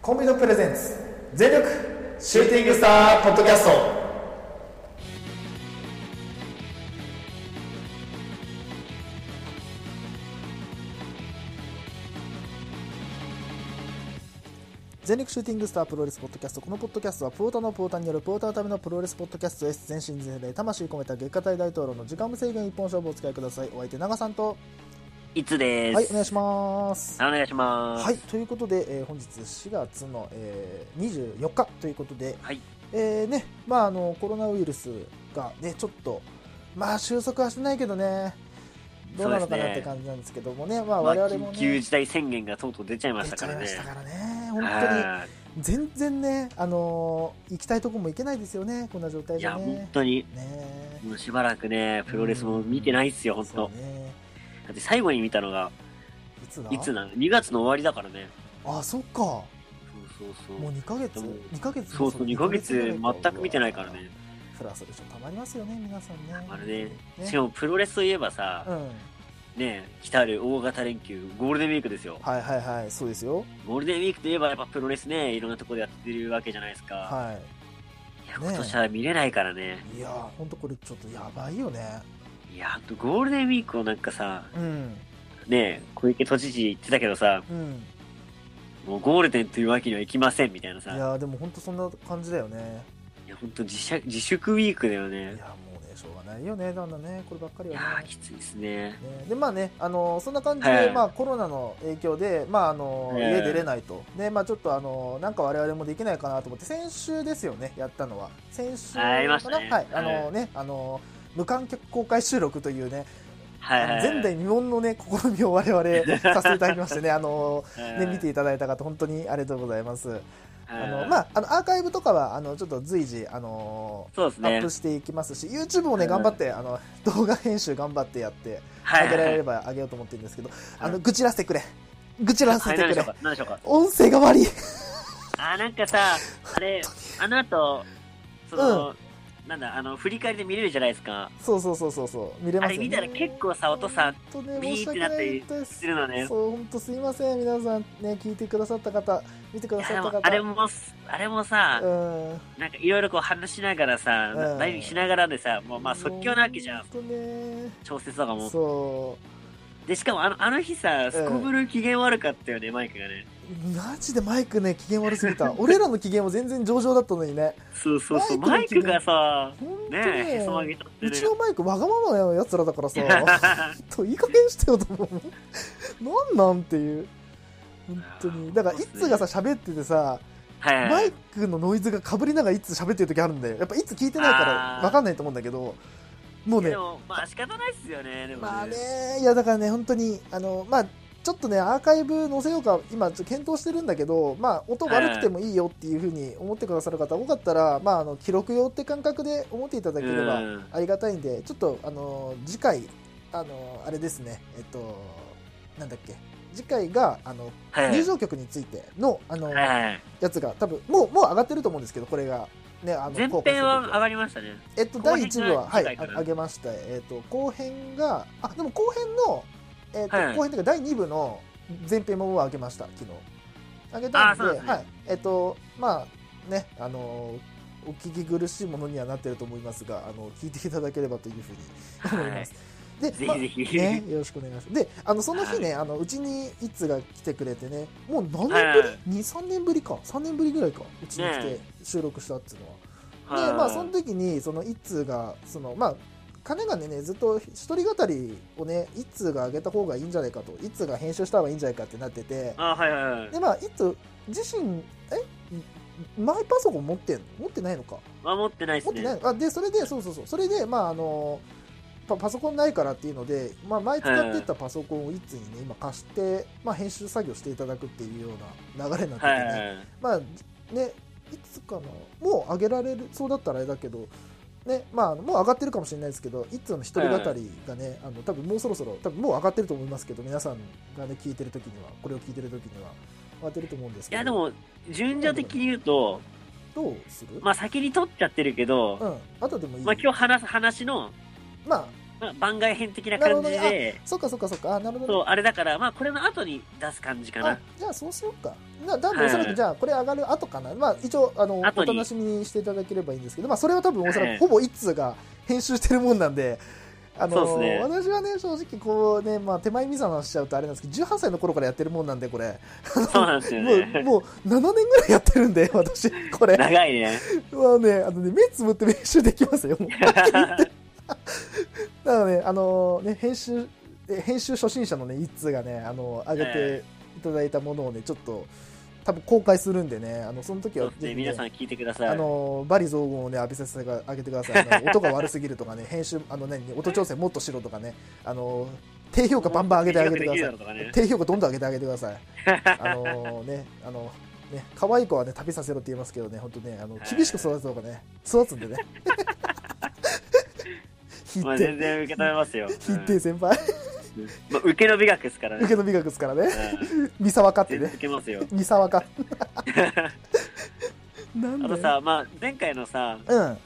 コンビのプレゼンツ全力シューティングスターポッドキャスト全力シューティングスタープロレスポッドキャストこのポッドキャストはポーターのポーターによるポーターのためのプロレスポッドキャストです全身全霊魂込めた月下大大統領の時間無制限一本勝負をお使いくださいお相手長さんといつです。はいお願いしますあお願いします。はい、ということで、えー本日4月の、えー24日ということで、はいえーねまあ、あのコロナウイルスが、ね、ちょっと、まあ、収束はしてないけどね、どうなのかそうですなねって感じなんですけどもね、まあ、まあ我々も、ね緊急事態宣言がとうとう出ちゃいまし出たちかゃいらまね。したからね、本当はいに、全然ね、あのー行きたいとこも行けないですよね、こんな状態いじや、ゃ本ね。当に、ねもうしばらくね、プロレスも見てないっすよ、本当。そうねだって最後に見たのが、いつだいつなの ?2 月の終わりだからね。あ、そっか、もそうそううそう。 2ヶ月、でも2ヶ月そうそう、2ヶ月全く見てないから。ね。フラストレーションたまりますよね皆さんねあれね、ねしかもプロレスといえばさう、んね、来たる大型連休、ゴールデンウィークですよ。はいはいはいそうですよゴールデンウィークといえばやっぱプロレスね、いろんなとこでやってるわけじゃないですか。はいや、ね今年は見れないからね。いいやーほんとこれちょっとやばいよねいや、あとゴールデンウィークをなんかさ、うんねえ、小池都知事言ってたけどさ、うんもうゴールデンというわけにはいきませんみたいないさ、いや、やーでもほんとそんな感じだよねほんと自粛自粛ウィークだよいね。やもうねしょうがないよねだんだんねこればっかりいはやねー、きついですね。ねでまあね、あのそんな感じで、はいまあ、コロナの影響で、まああのええ家出れないと、でまあ、ちょっと、あのなんか我々もできないかなと思って、先週ですよね、やったのは、先週かあな、やりましたねはいあはいのねあの無観客公開収録というね、はいはい、はい。前代未聞の、ね、試みを我 々させていただきましてね、あのね見ていいただいた方、本当にありがとうございます。ああのまあ、あのアーカイブとかはあのちょっと随時、あのそうですアねップ。していきますし、YouTube もね、うん頑張って、あの動画編集頑張ってやって。はあげられいればあげようと思ってるんですけど、うんあの、愚痴らせてくれ。愚痴らせはてい、何くでしょれう。か何でしょうか音声が悪い。あー、なんかさ、あれ、あの後、その、なんだ、あの、振り返りで見れるじゃないですか。そうそうそうそうそう。見れあますれよ、ね。見たら結構さ、音さ、ほんとね、ビ申しーっ訳てなっなたいりですす。るのね。そう、本当すいません。皆さんね、聞いてくださった方、見てくいだやさっでたも方。あれも、あれもさう、ん。なんかいろいろこう話しながらさ、うんライブしながらでさ、もうまあ即興なわけじゃん。ほんとね。調節とかも。そで、しかもあのあの日さ、すこぶる機嫌悪かったよね、マイクがね。う。マジでマイクね、機嫌悪すぎ た。俺らの機嫌も全然上々だったのにね。そうそうそう、マイクがさ、ほんとねえ、へそ曲げね。ちゃってうねち。のマイクわがままなやつらだから さ。といい加減してよと思うなんなんっていう本当にだからいつがさ喋っててさはいはマイい。クのノイズがかぶりながらいつ喋ってる時あるんだよやっぱいつ聞いてないからあー分かんないと思うんだけどもうねでも、まあ仕方ないっすよね、でもね。まあねいやだからね本当にあのまあちょっとねアーカイブ載せようか今ちょっと検討してるんだけどまあ音悪くてもいいよっていうふうに思ってくださる方多かったらまああの記録用って感覚で思っていただければうんありがたいんで、ちょっと、あのー次回、あのーあれですね、えっと、なんだっけ、次回が、あの、はい入場曲についての、あのーはいはい。やつが、多分、もう、もう上がってると思うんですけど、これが、ね、あの、前公開す編るは時上がりましたね。えっと、後編第1部は、はい、次回かなあ上げました。えっと、後編が、あ、でも後編の、えっと、はい後編というか、第2部の前編ももう上げました、昨日。上げたんで、あそうなんですねはい。えっと、まあ、ね、あのーお聞き苦しいものにはなってると思いますが、あの、聞いていただければというふうに思いはまいす。。で、ぜまあひぜひ。ね、よろしくお願いします。で、あの、その日ね、あの、うちにいつが来てくれてね、もう何年ぶはいり ?2、3年ぶりか。3年ぶりぐらいか。うちに来てね収録したっていうのは。はいで、まあ、その時に、その一通が、その、まあ、金がね、ずっと一人語りをね、一通が上げた方がいいんじゃないかと、一通が編集した方がいいんじゃないかってなってて、あ、はいはいはい。で、まあ、一通自身、えマイパソコン持ってんの持ってないのかまあ持ってないっす持ってね。ないのあでそれでそうそうそうそれでまああのパパソコンないからっていうので、まあ、前使ってたパソコンをいつにね今貸して、まあ、編集作業していただくっていうような流れになっててはね、いはいはい。まあねいつかなもう上げられるそうだったらあれだけどねまあもう上がってるかもしれないですけどいつの一人語りがね、あの多分もうそろそろ多分もう上がってると思いますけど皆さんがね聞いてる時にはこれを聞いてる時には上がってると思うんですいけどやでも、順序的に言うと、どうする、まあ先に撮っちゃってるけど、うん、あとでもいい、まあ今日話す話の、まあまあ、番外編的な感なじるほどで、そっかそっかそっかあなるほどそねう、あれだから、まあ、これの後に出す感じかあな。じゃあそうしようかな多分はいおそらくじゃあこれ上がる後かな、まあ一応あのお後に楽しみにしていただければいいんですけどまあそれは多分おそらはくいほぼ一通が 編集してるもんなんであそのうですね私はね正直こうねまあ手前味噌の話しちゃうとあれなんですけど18歳の頃からやってるもんなんでこれそうなんですよもうね。もう7年ぐらいやってるんで私これ長いね。はねあのね目つぶって練習できますよもうなので、あのね、編集、え編集初心者のね、一通がね、あの上げてえいただいたものをね、ちょっと、多分公開するんでね、あの、その時 そうはですぜね、ひね、皆さん聞いてください。あの、バリ雑言をね、浴びさせてあげてください。あ の音が悪すぎるとかね、編集、あのね、音調整もっとしろとかね、あの、低評価バンバン上げてあげてください。い。低評価どんどん上げてあげてください。あのね、あの、ね、可愛い子はね、旅させろって言いますけどね、本当ね、あの、厳しく育てた方がね、育つんで ね。引まいあ、て。全然受け止め ますよ。ひって先輩、うんまあ、受けの美学ですからね。受けの美学ですからね、うん三沢かって全然ね受、けますよ。三沢か。 なんあだとよさ、まあ、前回のさ、うん、は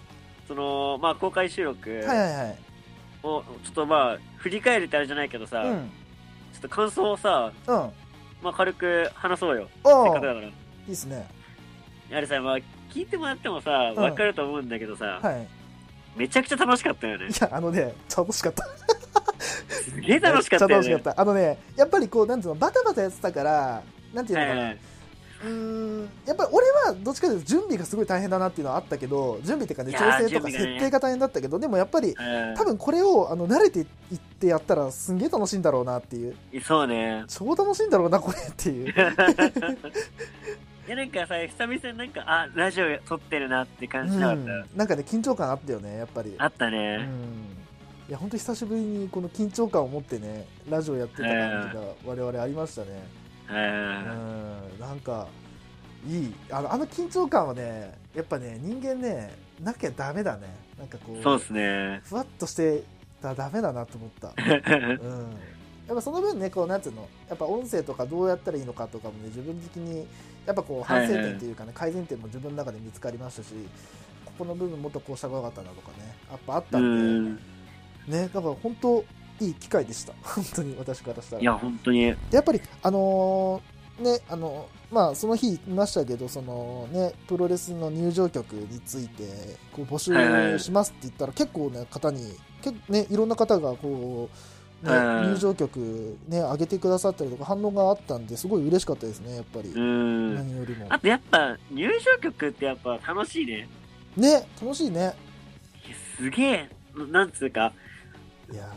その、まあ、公開収録いはいはい。を、ちょっとまあ、振り返るってあれじゃないけどさ、うん、うちょっと感想をさ、ん、まあ、軽く話そうよ。せっおかおくだー、から。いいっすね。あれさ、まあ、聞いてもらってもさ、んわかると思うんだけどさ、はい、いめちゃくちゃ楽しかったよね。や、あのね、楽しかった。すげえ楽しかったよね。めっちゃ楽しかった。あのね、やっぱりこう、なんつうの、バタバタやってたから、なんていうのかな、はういーん、やっぱり俺はどっちかというと準備がすごい大変だなっていうのはあったけど、準備っていうかね、い調やー整とか準備が設ね定が大変だったけど、でもやっぱり、はい多分これをあの慣れていってやったらすんげえ楽しいんだろうなっていう、うんそうね。超楽しいんだろうな、これっていう。 いや、なんかさ、久々になんか、あ、ラジオ撮ってるなって感じなかった。うん、なんかね緊張感あったよねやっぱりあったうね。んいや本当久しぶりにこの緊張感を持ってねラジオやってた感じが我々ありましたねううんんなんかいいあのあの緊張感はねやっぱね人間ねなきゃダメだねなんかこうそうっすね。ふわっとしてたらダメだなと思ったうんやっぱその分ね、こうなんていうの、やっぱ音声とかどうやったらいいのかとかもね、自分的に、やっぱこう反省点というかね、改善点も自分の中で見つかりましたし、ここの部分もっとこうした方がよかったなとかね、やっぱあったうんで、ん。ね、だから本当、いい機会でした、本当に私からしたら。いや、本当に。やっぱり、あのーね、あのまあ、その日見ましたけど、そのね、プロレスの入場曲について、こう募はいは集いしますって言ったら、結構ね、方に、結構ね、いろんな方が、こう、ね、はい入場曲ね、上げてくださったりとか、反応があったんで、すごい嬉しかったですね、やっぱり。うん。何よりも。あとやっぱ、入場曲ってやっぱ楽しいね。ね、楽しいね。いやすげえ、ななんつうか、いや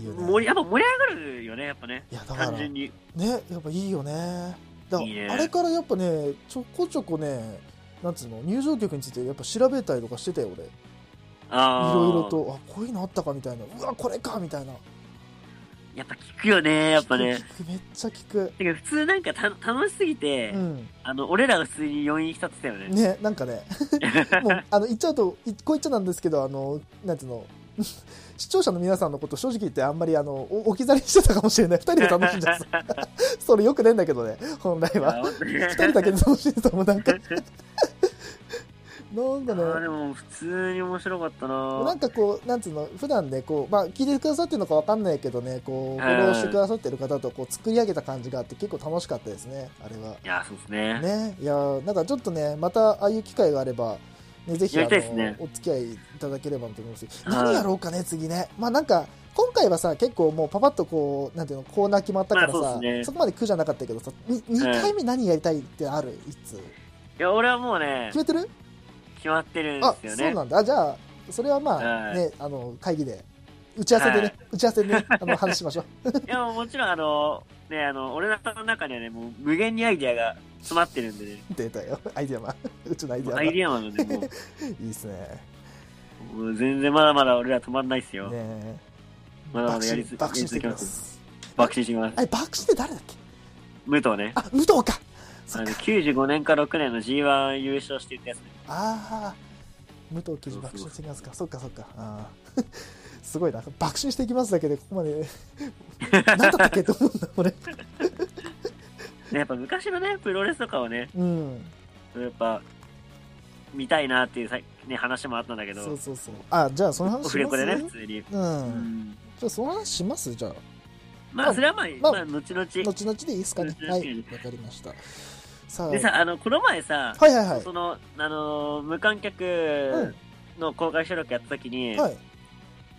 ー、いいよ盛り、ね。やっぱ盛り上がるよね、やっぱね。いや、だから単、純に。ねやっぱいいよねだからいいねあれからやっぱねちょこちょこねなんつうの入場曲についてやっぱ調べたりとかしてたよ俺いああ。ろいろ。とあこういうのあったかみたいなうわこれかみたいなやっぱ聞くよね、やっぱね。聞く聞くめっちゃ聞くてか普通なんかた楽しすぎて、うんあの、俺らが普通に余韻浸ってたよね。ねなんか ねもうあの言っちゃうと一個言っちゃなんですけどあのなんつうの 視聴者の皆さんのこと正直言ってあんまりあのお置き去りにしてたかもしれない2人で楽しんじゃ ったそれよくねえんだけどね本来は2 2人だけで楽しんでたもん なんかなんかねあーでも普通に面白かったななんかこう、なんつうの、普段ね、こう、まあ、聞いてくださってるのかわかんないけどね、こう、んフォローしてくださってる方と、こう、作り上げた感じがあって、結構楽しかったですね、あれは。いやそうですねね、いやー、なんかちょっとね、また、ああいう機会があれば、ね、ぜひ、あやの、りたいですねお付き合いいただければと思いますし、はい何やろうかね、次ね。まあ、なんか、今回はさ、結構もうパパッとこう、なんていうの、コーナー決まったからさ、まあそそうですねこまで苦じゃなかったけどさ、に2回目何やりたいってある、いついや俺はもうね決めてる決まってるんであすよそうねなんだあじゃあそれはまあ、はいねあの会議で打ち合わせでね、はい打ち合わせでねあの話しましょう いやもうもちろんあのねあの俺らの中にはねもう無限にアイディアが詰まってるんでね出たよアイデアマンうちのアイデもアうマアンイいディアマンなんでもいですねうもう全然まだまだ俺ら止まんないっすよ、ねまだまだやりつ爆心やりしていき続けまますす爆心していきますあれ爆心って誰だっけ武藤ねあ武藤かあそっのか95年か6年の G1 優勝していたやつねああ武藤記事爆心していきますかそっかそっかあー すごいな爆心していきますだけでここま で何だったっけと思うんだ俺ねやっぱ昔のねプロレスとかはねうんやっぱ見たいなっていうさ、ね、話もあったんだけそうど、そうそうあじゃあその話オしフレまコすでね、普通に。ううんんじゃあその話しますじゃあまあ、それはまあ、ままああ、後々。後々でいいですかね後々はでいいいわかりましたさあでさ、あの、この前さ、はいはいはその、あのー無観客の公開収録やった時に、いはい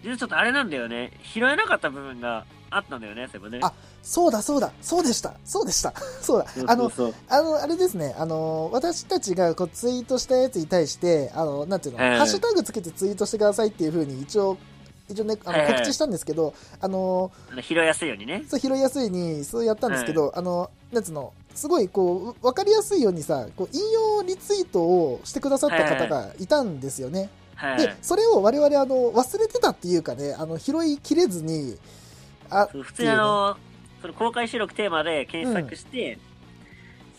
実はちょっとあれなんだよね、拾えなかった部分があったんだよね、そういえばね。あそうだそうだそうでしたそうでした そうだそうあそのうそう、あの、あれですね、あの、私たちがこうツイートしたやつに対して、あの、なんていうの、ええハッシュタグつけてツイートしてくださいっていうふうに一応、一応ね、あのええ告知したんですけど、あの、あの拾いやすいようにね。そう拾いやすいに、そうやったんですけど、あの、なんつうの、すごいこう、わかりやすいようにさ、こう、引用リツイートをしてくださった方がいたんですよね。はい。で、それを我々、あの、忘れてたっていうかね、あの、拾いきれずに、あ、そう普通にあの、その公開収録テーマで検索して、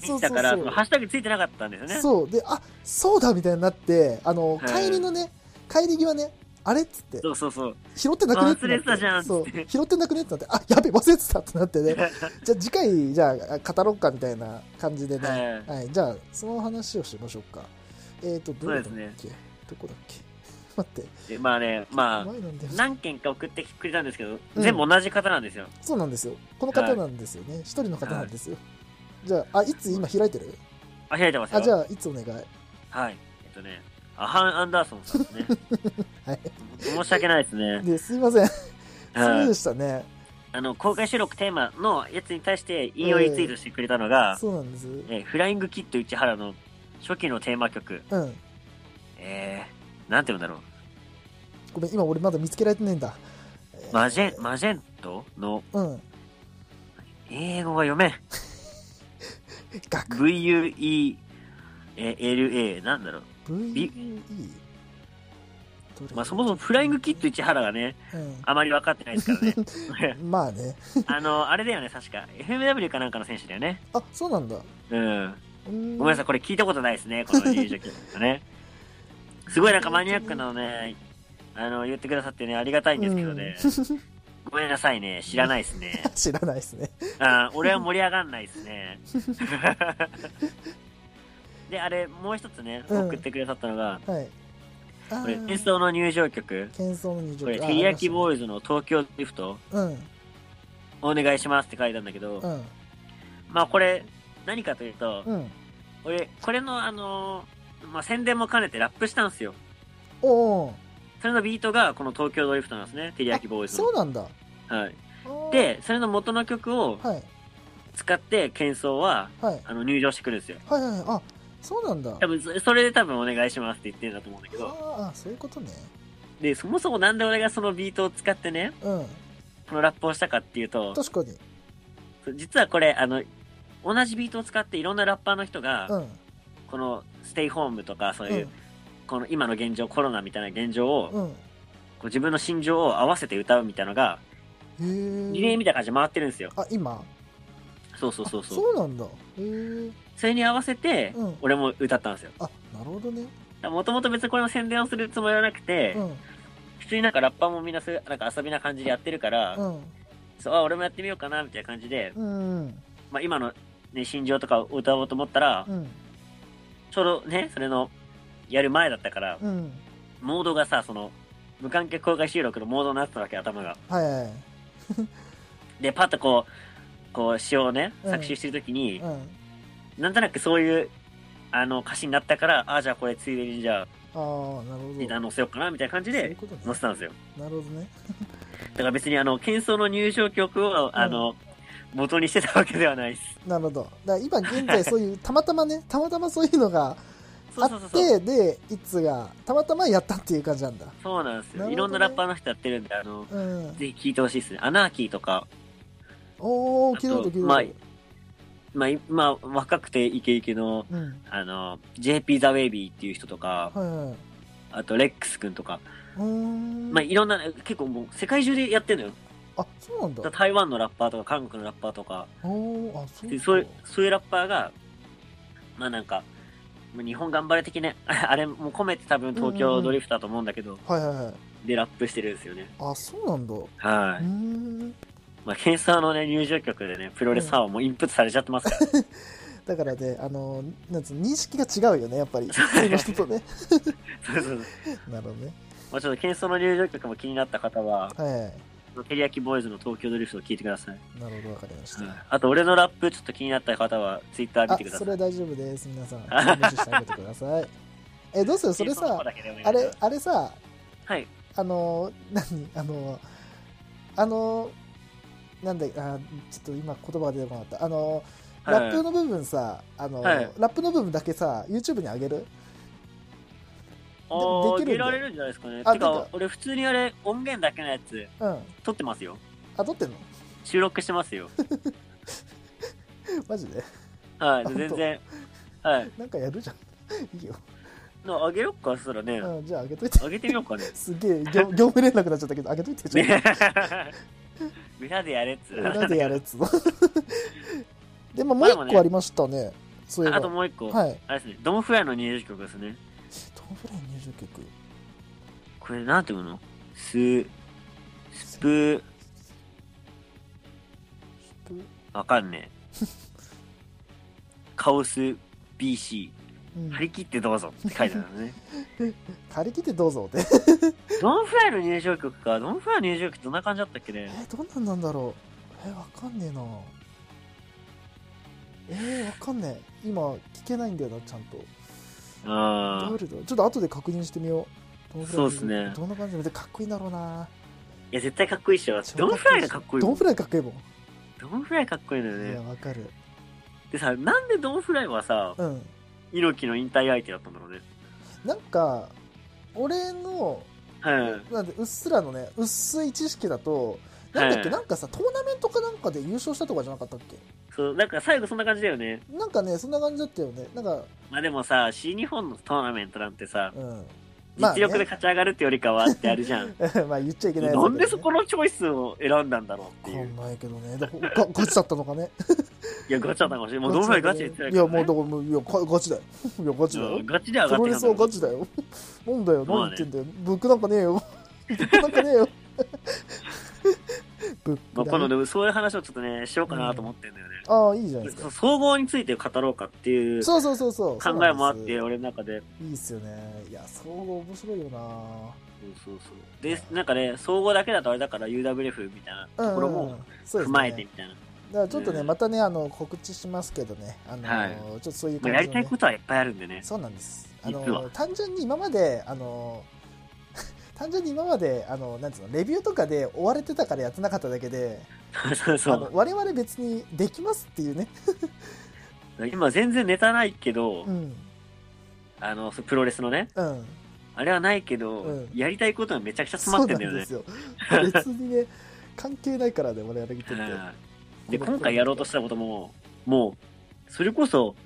見てたから、そのハッシュタグついてなかったんですよね。そうであそうだみたいになってあのはい帰りのね帰り際ねあれっつってそうそうそう。拾ってなくねってなっ忘れててたじゃんっつってそう拾ってなくねってなってあやべ忘れてたってなって ねじゃあ次回じゃあ語ろうかみたいな感じでね、はいはい、じゃあその話をしましょうかえっ、ー、とどこだっけ、そうですどこだっけ待ってでまあね、まあ、前なんだよ何件か送ってくれたんですけど、うん全部同じ方なんですよ。そうなんですよこの方なんですよね一、人の方なんですよ、じゃああいつ今開いてるあ、開いてますよ。あじゃあいつお願いはい。えっとね、アハン・アンダーソンさんですね。 はい申し訳ないですね。ですいませんそうはでいしたねあの、公開収録テーマのやつに対して引用リツイートしてくれたのが、そうなんですえーフライングキッド市原の初期のテーマ曲、うんえー、なんて言うんだろう。ごめん、今俺まだ見つけられてないんだ。マジェン、マジェントのうん。英語が読めん。学 VUELA、なんだろう。 VE び。まあそもそもフライングキッド市原がね、あまり分かってないですからね。 うん。まあね。あの、あれだよね、確か。FMW かなんかの選手だよね。あ、そうなんだ。うごん。めんごめんなさい、い。これ聞いたことないですね、この入場曲とね。すごいなんかマニアックなのね、あの、言ってくださってね、ありがたいんですけどね。ごめんなさいね、知らないですね。 知らないですね。あー俺は盛り上がんないですね。 で、あれ、もう一つね、うん送ってくださったのが、はい。あこれ、ー演奏の入場曲、喧騒の二乗これ、あてりやきボあーイズの東京リフト、りましたねお願いしますって書いたんだけどう、ん。まあこれ、何かというと、うん。うん。俺、これのあのーまあ宣伝も兼ねてラップしたんですよ。おお。それのビートがこの東京ドリフトなんですね、テリヤキボーイズそうなんだ。の。はい、あー、で、それの元の曲をはい。使って、喧騒ははい。あの入場してくるんですよ。はいはいはい。あ、そうなんだ。多分そそれで多分お願いしますって言ってるんだと思うんだけど、ああ、そういうことね。で、そもそもなんで俺がそのビートを使ってね、うん。このラップをしたかっていうと、確かに。実はこれ、あの、同じビートを使っていろんなラッパーの人が、うん。このステイホームとか、そうういう、ん。この今の現状、コロナみたいな現状を、こうん。う自分の心情を合わせて歌うみたいなのが、へーリレーみたいな感じで回ってるんですよ。あ、今そうそうそうあそう。うなんだ。へえ。それに合わせてうん、俺も歌ったんですよ。あ、なるほどね。もともと別にこれの宣伝をするつもりはなくて、うん。普通になんかラッパーもみんなそういうなんか遊びな感じでやってるから、うん。そうあ俺もやってみようかなみたいな感じで、うん。まあ、今の、ね、心情とかを歌おうと思ったら、うん。ちょうどねそれのやる前だったから、うん。モードがさその無観客公開収録のモードになってたわけ頭がはいはいはい。でパッとこうこう詩をねうん作詞してる時にう、ん。なんとなくそういうあの歌詞になったからああじゃあこれついでにじゃあああ、なるほど。ネタ載せようかなみたいな感じそういでうことね載せたんですよなるほどね。だから別にあの、喧騒の入場曲を、あの、元にしてたわけではないです。なるほど。だから今現在そういう、たまたまね、 たまたまそういうのがそあうそうっそうそう。て、で、いつが、たまたまやったっていう感じなんだ。そうなんですなるほよ。どねいろんなラッパーの人やってるんで、あの、うん。ぜひ聴いてほしいですね。アナーキーとか、おー、聞いたことあと聞いたまあこまあ、いまあ、若くてイケイケの、と。うん。あの、JP ザ・ウェイビーっていう人とはか、いはい。あとレックス君とか、うーん。まあ、いろんな、結構もう世界中でやってるのよ。あ、そうなんだ。台湾のラッパーとか、韓国のラッパーとか、おー、あ、そうでかそういう、そういうラッパーが、まあなんか、もう日本頑張れ的ね、 あれも込めて多分東京ドリフトだと思うんだけど、はいはいはい。でラップしてるんですよね。あ、そうなんだ。うはーい。ん。まあ、検査のね、入場曲でね、プロレスファンはもうインプットされちゃってますから。 だだからね、あのなんつうの認識が違うよね、やっ ぱり、普通の人とね。そうそうそう。なるほどね。まあちょっと、ケンソの入場曲も気になった方は、はテリヤキボーイズの東京ドリフトを聞いてください。い。なるほど、わかりました。あと、俺のラップちょっと気になった方は、ツイッター見あてくだそさい。れは大丈夫です皆さん無視してあげてください えどうするそれケンソの方さだけでお願いしあますれあれさはい。あの何あのあのなんだあちょっと今言葉が出てこなかったあのはいラップの部分さあの、はいラップの部分だけさ YouTube に上げるあーで上きるげんだられるんじゃないですかね。あてでかき、俺普通にあれ、音源だけのやつ、うん撮ってますよ。あ撮ってんの収録してますよ。マジで はい。あで全然。はい。なんかやるじゃん いいよ、の上げよっか、そしたらね。うん、じゃあ上げといて。上げてみようかね すげ え業業務連絡になっちゃったけど上げといてじゃん ね 裏でやれっつう裏でやるやつ でももう一個ありましたねそういえば あともう一個。はいあれですね、ドンフライの入場曲ですね。トム・フライ入場曲これなんていうのス、スプ、わかんねえ。 カオス BC、うん、張り切ってどうぞって書いてあるのね。借り切ってどうぞってドンフライの入場曲か。ドンフライの入場曲どんな感じだったっけねえどんなんなんだろうえわかんねえなえー、わかんねえ今聞けないんだよなちゃんとどああう。だちょっと後で確認してみようトムフライの入場曲そうっすねどんな感じでかっこいいんだろうないや、絶対かっこいいっしょ。ドンフライがかっこいいドもンん。フライかっこいいもんドンフライかっこいいのよいやね。わかるでさ、なんでドンフライはさ、うん猪木の引退相手だったんだろうね。なんか俺のはい。なんでうっすらのね薄い知識だとなんだっけ、はいなんかさトーナメントかなんかで優勝したとかじゃなかったっけそう、なんか最後そんな感じだよね。なんかねそんな感じだったよねなんかまあでもさ、新日本のトーナメントなんてさ、うんまあ実ね力で勝ち上がるってよりかはってあるじゃん。まあ言っ ちゃいけないやつだなけどんねでそこのチョイスを選んだんだろうってわいかう。んないけどねでほがガチだったのかねいや、ガチだったかもしれない。もうどんぐらいガチで言ってないいけどやねもうだからもういやこガチだよいやガチだようんガチで上プがっロてレたんスだはろガうチだよ なんだよま何言あねってんだよブックなんかねえよブックなんかねえよ ブッまあ、ク今だ度ねね、そういう話をちょっとね、しようかなと思ってんだよね。ああいいじゃないですそかう総合について語ろうかっていうそうそうそうそうそう考えもあっなんて、です俺の中で。いいっすよねいや総合面白いよなそうそうそう。で、なんかね、総合だけだとあれだから UWF みたいなところもそうですね踏まえてみたいな。だからちょっとね、うんまたねあの告知しますけどねあの、はいちょっとそういうま感あ、じやの、りね、たいことはいっぱいあるんでね。そうなんですあ実はの単純に今まであの 単純に今まであのなんつうのレビューとかで追われてたからやってなかっただけでそうそうあそのう。我々別にできますっていうね、今全然ネタないけど、うんあの、そうプロレスのね、うん、あれはないけど、うんやりたいことはめちゃくちゃ詰そまうってなんんだよでねす。よ別に ね関係ないからね我々にとってはいで今回やろうとしたことももうそれこそ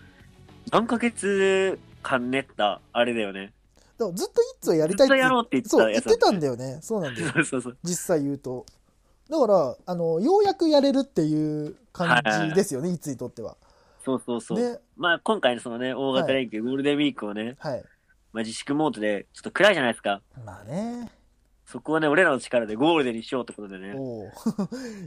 何ヶ月間練ったあれだよねでもずっといつはやりずたいっっとてやろうって言ってそたう言やっつなてんだたよんだよねそうなんですよ そうそうそう実際言うとだからあのようやくやれるっていう感じですよね、い、つにとってはそうそうそう、ねまあ今回のそのね大型連休、ゴールデンウィークをね、はいまあ、自粛モードでちょっと暗いじゃないですかまあねそこをね俺らの力でゴールデンにしようってことでね おお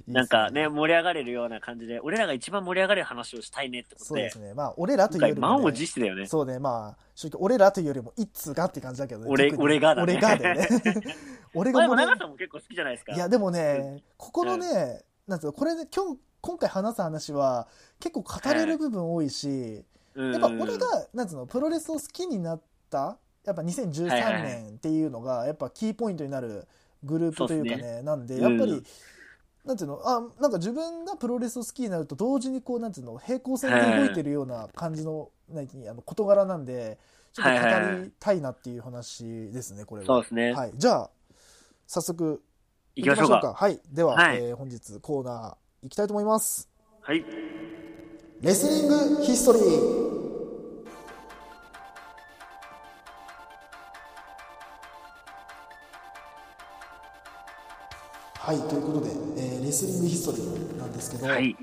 なんかね盛り上がれるような感じで俺らが一番盛り上がれる話をしたいねってことそうでですねまあ俺らとい今うよ回りも、満ね、を持してだよねそうねまあ正直俺らというよりもいつがって感じだけどね俺特に俺がだね俺がだよね 俺まが盛あでもり上が長さんも結構好きじゃないですかいやでもねここのね、なんつうのこれね今日今回話す話は結構語れる部分多いし、うんやっぱ俺がなんつうのプロレスを好きになったやっぱはいはい2013はい年っていうのがやっぱキーポイントになるグループというかそうっねすなんでうやんっぱり、なんていうのあなんか自分がプロレスを好きになると同時にこうなんていうの平行線で動いてるような感じの,、何あの事柄なんでちょっとはいはい語はりたいなっていう話ですねこれは。そうですね、はい、じゃあ早速行きましょうかはいでは、はいえー本日コーナー行きたいと思います。はいレスリングヒストリー。はい、ということで、えーレスリングヒストリーなんですけど、はい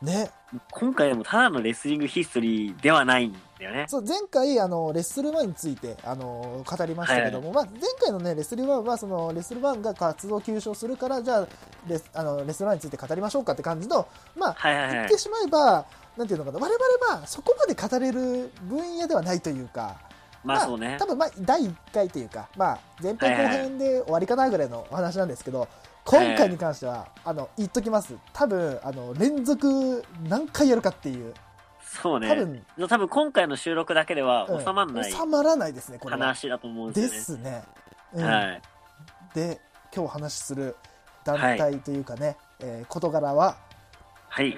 ね、今回もただのレスリングヒストリーではないんだよね。そう前回あのレッスルワンについてあの語りましたけども、まあ、前回のねレッスルワンはそのレッスルワンが活動休止をするからじゃあレスあのレッスルワンについて語りましょうかって感じのまあはいはいは言っいて。しまえば、なんていうのかな我々まあそこまで語れる分野ではないというかまあそうね多。分まあ第1回というか、まあ、前編はい後はい編で終わりかなぐらいのお話なんですけど、い今回に関しては、あの言っときます多分あの連続何回やるかっていうそうね。多分、多分今回の収録だけではうん収まらない収まらないですねこれは話だと思うんでですすよね、うね。んはい。で今日お話しする団体というかね、えー事柄ははい。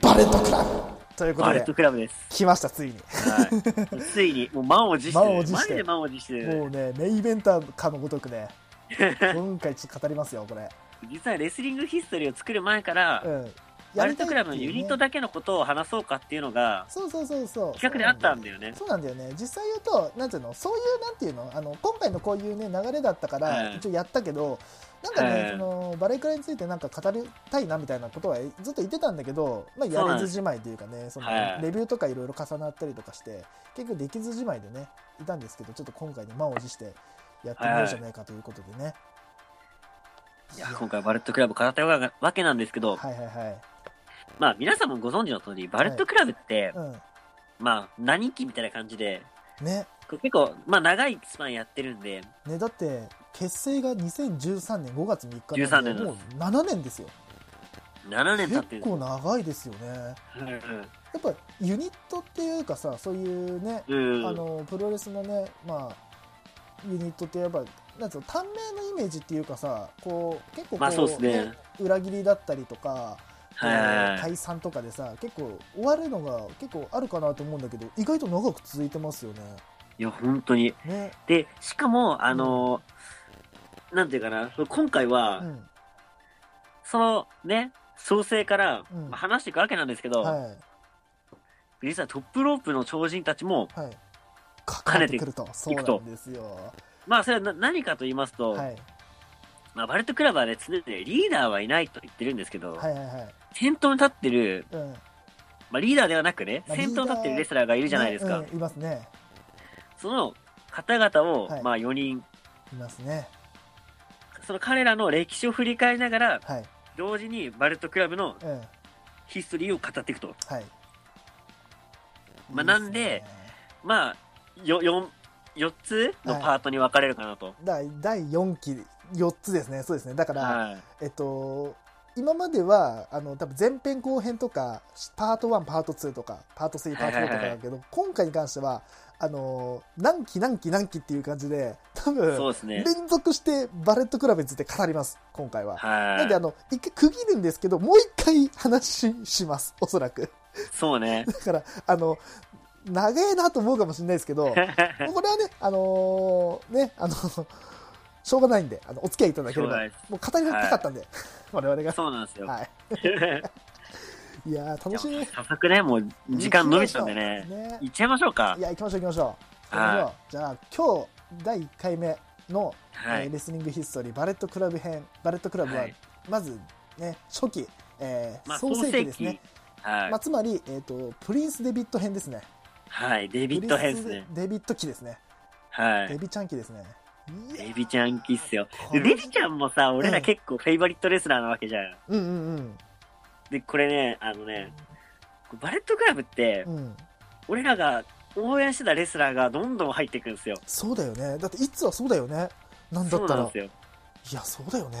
バレットクラブというこバとレッでトクラブです。来ましたついに はい。ついに、もう満を持して、満を持してマジで満を持してね、もうねメインイベンターかのごとく ね今回ちょっと語りますよこれ、実はレスリングヒストリーを作る前から、うん、バレットクラブのユニットだだけのことを話そうかっていうのが、そうそうそうそう企画であったんだよね。そうなんだよね実際言うとなんていうのそういうなんていうのあの今回のこういうね流れだったからうん一応やったけどなんかね、うんそのバレークラについてなんか語りたいなみたいなことはずっと言ってたんだけど、まあ、やれずじまいというかねそのはいレビューとかいろいろ重なったりとかして結局できずじまいでねいたんですけどちょっと今回ね満を持してやってみようじゃないかということでね、いや今回バレットクラブ語ったわけなんですけど、はいはいはいまあ皆さんもご存知の通り、バレットクラブって、まあ何期みたいな感じで、うんねこう結構、まあ長いスパンやってるんで、ねだって結成が2013年5月3日13なんで年もう7年ですよ7年経って結る。構長いですよねうやっぱユニットっていうかさそういうね、んうん。うんあのプロレスのねまあユニットってやっぱなんつうの短命のイメージっていうかさこう結構こう、まあそうっすね裏切りだったりとか、はいはいはい解散とかでさ結構終わるのが結構あるかなと思うんだけど意外と長く続いてますよね。いや、本当に。ね、で、しかも、あのーなんていうかな、今回は、うん、そのね、創生からうんまあ話していくわけなんですけど、は実はトップロープの超人たちも、いはい。かかってくると、そうなんですよ。まあそれはな何かと言いますと、はい、まあ、バレットクラブはね、常にねリーダーはいないと言ってるんですけど、はいはいはい。先頭に立ってる、うん、まあ、リーダーではなくね、まあ先頭に立ってるレスラーがいるじゃないですか。ねうんいますね。その方々を、はいまあ4人、いますね。その彼らの歴史を振り返りながら、はい。同時にバレットクラブのうん。ヒストリーを語っていくと。はい。まあなんでいいすねまあ、よ、4、4つのパートに分かれるかなと。だ第4期4つですねそうですねだから、はい。えっと今まではあの多分前編後編とかパート1パート2とかパート3パート4とかだけど、今回に関してはあの何期何期何期っていう感じで多そ分、うですね。連続してバレットクラブについて語ります今回は。はなんであい。の一回区切るんですけどもう一回話します おそらくそうね。だからあの長えなと思うかもしれないですけ どこれはね、あのーね、あの、しょうがないんで、あの、お付き合いいただければしょうがないで、もう語りがたかったんで、我々が。そうなんですよ。は い。いやー、楽しみ。早速ね、もう時間伸びたんでね。ね行っちゃいましょうかい。や、行きましょう行きましょう。行きましょうはじゃあ、今日、第1回目の、はえーい。レスリングヒストリー、バレットクラブ編。バレットクラブははい、まず、ね、初期、えーまあ、創創世世記です記ね。。はいまあ、。つまり、えっと、プリンス・デビット編ですね。はい。デビッド編ですねプ。リンスデビット期ですね。はデい。ビちゃん期ですね。いやーデビちゃん期っすよ。こでれデビちゃんもさ、俺うらん結構フェイバリットレスラーなわけじゃん。うんうんで、これね、あのね、バレットクラブってう、んうん俺らが応援してたレスラーがどんどん入っていくんですよ。そうだよねだっていつはそうだよねなんだそっうたならんですよ。いやそうだよね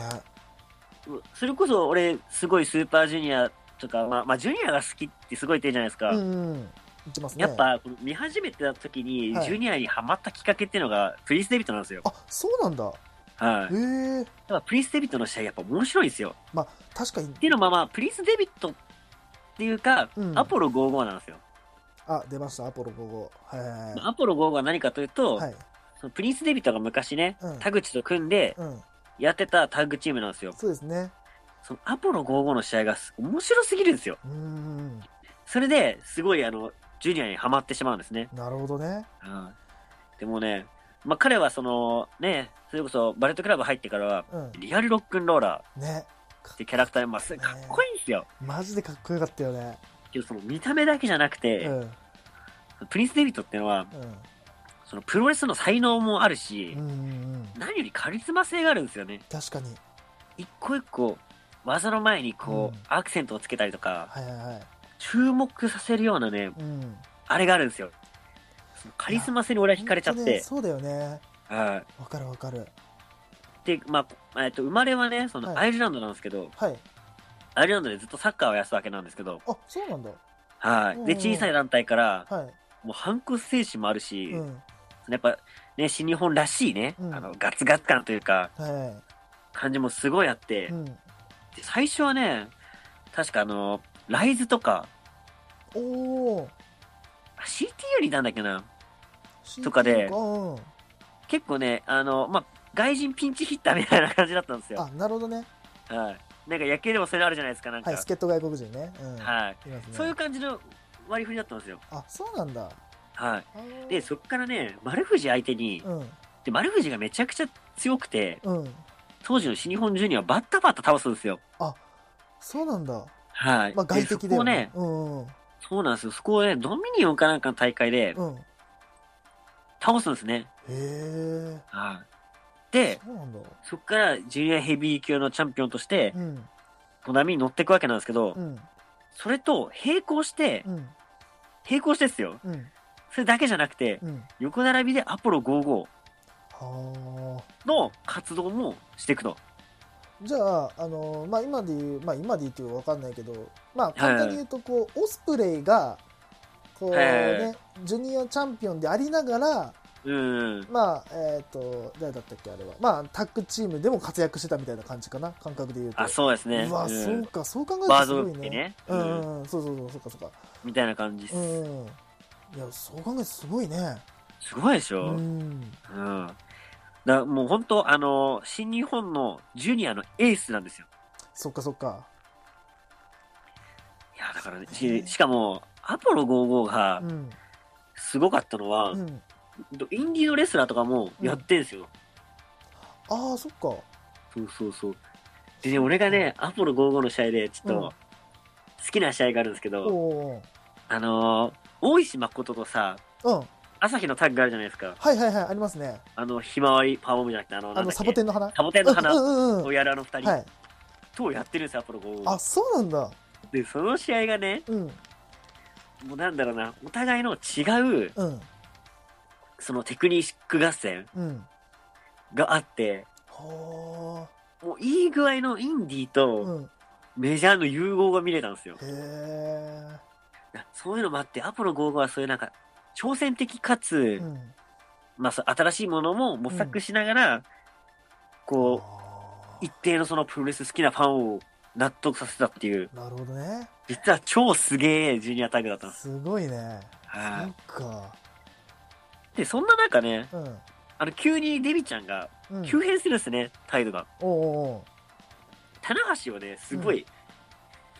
それこそ俺、すごいスーパージュニアとか、まあ、まあ、ジュニアが好きってすごい言ってるじゃないですか。うんうん言ってますねやっぱ、この見始めてた時に、はいジュニアにハマったきっかけっていうのが、プリンス・デビットなんですよ。あそうなんだはい。やっへえぱプリンス・デビットの試合やっぱ面白いんですよ。まあ確かにっていうのもまあ、プリンス・デビットっていうか、うんアポロ55なんですよ。あ出ましたアポロ55はいアポロ55は何かというと、はいそのプリンス・デビットが昔ね、うん田口と組んでうんやってたタッグチームなんですよ。そうですねそのアポロ55の試合がす面白すぎるんですよ。うんうんそれですごいあの、ジュニアにハマってしまうんですね。なるほどねうん、でもね、まあ、彼はその、ね、それこそバレットクラブ入ってからは、うんリアルロックンローラねーってキャラクターで、まあ、すごいかっこいいんですよ。マジでかっこよかったよねけどその見た目だけじゃなくうて、んプリンス・デビットっていうのは、うんそのプロレスの才能もあるうし、んうんうん何よりカリスマ性があるんですよね。確かに一個一個技の前にこう、うんアクセントをつけたりとかはいはいはい注目させるようなね、うん、あれがあるんですよ。そのカリスマ性に俺は惹かれちゃっ本当ねて。そうだよねはわかるわかるい。で、まあ、えっと、生まれはね、そはいのアイルランドなんですけど、はいアイルランドでずっとサッカーをやってたわけなんですけど、あそうなんだはい。で、うん小さい団体から、はもう反骨精神もあるいし、うんやっぱ、ね、新日本らしいね、うんあの、ガツガツ感というか、は感じもすごいあって、いうんで最初はね、確かあの、ライズとか、おおあ CT よりなんだっけな、とかでうんうん結構ね、あの、まあ、外人ピンチヒッターみたいな感じだったんですよ。あなるほどねはい。なんか野球でもそういうのあるじゃないですか、なんか。はいはい。助っ人外国人ねうんいますねそういう感じの割り振りだったんですよ。あそうなんだはあーい。で、そっからね、丸藤相手に、うんで、丸藤がめちゃくちゃ強くて、うん当時の新日本ジュニアをバッタバッタ倒すんですよ。あそうなんだはい。まあ外敵だでそこよをねね、うんうんそうなんですよ。そこをね、ドミニオンかなんかの大会でうんへ倒すんですね。えはい。で、そうなんだそこからジュニアヘビー級のチャンピオンとして、うんこの波に乗っていくわけなんですけど、うんそれと並行して、うん並行してですよ。うんそれだけじゃなくて、うん横並びでアポロ55はあの活動もしていくと。じゃあ、あのまあ、今で言う、まあ、今で言うというか分かんないけど、まあ、簡単に言うとこう、オスプレイがこう、ねはいはいはジュニアチャンピオンでありながら、うん。まあえっと誰だったっけあれは、まあ、タッグチームでも活躍してたみたいな感じかな感覚で言うとあ、そうですね。うわ、んそうかそう考えるとバーすドごい打ってねね。ううんん、うん、そうそうそうそうかそうかみたいな感じっす。うんいやそう考えるとすごいねすごいでしうょ、うん、んだからもう本当、あの、新日本のジュニアのエースなんですよ。そっかそっかいや、だからね、へえししかも、アポロ55がうんすごかったのは、うんインディーのレスラーとかもやってんすよ。ああそっかそうそうそう。で、ね、俺がね、アポロ55の試合で、ちょっうんと、好きな試合があるんですけおど、おあのー大石誠とさ、ーうん朝日のタッグあるじゃないですか。はいはいはいありますねあの、ひまわりパワーボムじゃなくて、あの、なんだあっのけサボテンの花サボテンのう花んうんうをんやるあの二は人いとやってるんですよ、アポロ55。あそうなんだで、その試合がね、うんもうなんだろうな、お互いの違う、うんそのテクニック合戦うんがあって、はもういい具合のインディーあとうんへメジャーの融合が見れたんですよ。えそういうのもあって、アポロ55はそういうなんか、挑戦的かつ、うんまあそう、新しいものも模索しながら、こう、あ一定のそのプロレス好きなファンを納得させたっていう、ーなるほどね実は超すげえジュニアタッグだったんです。すごいねはそいっかで、そんな中ね、うんあの、急にデビちゃんが、うん急変するんですね、態度が。おお棚橋をね、すごい、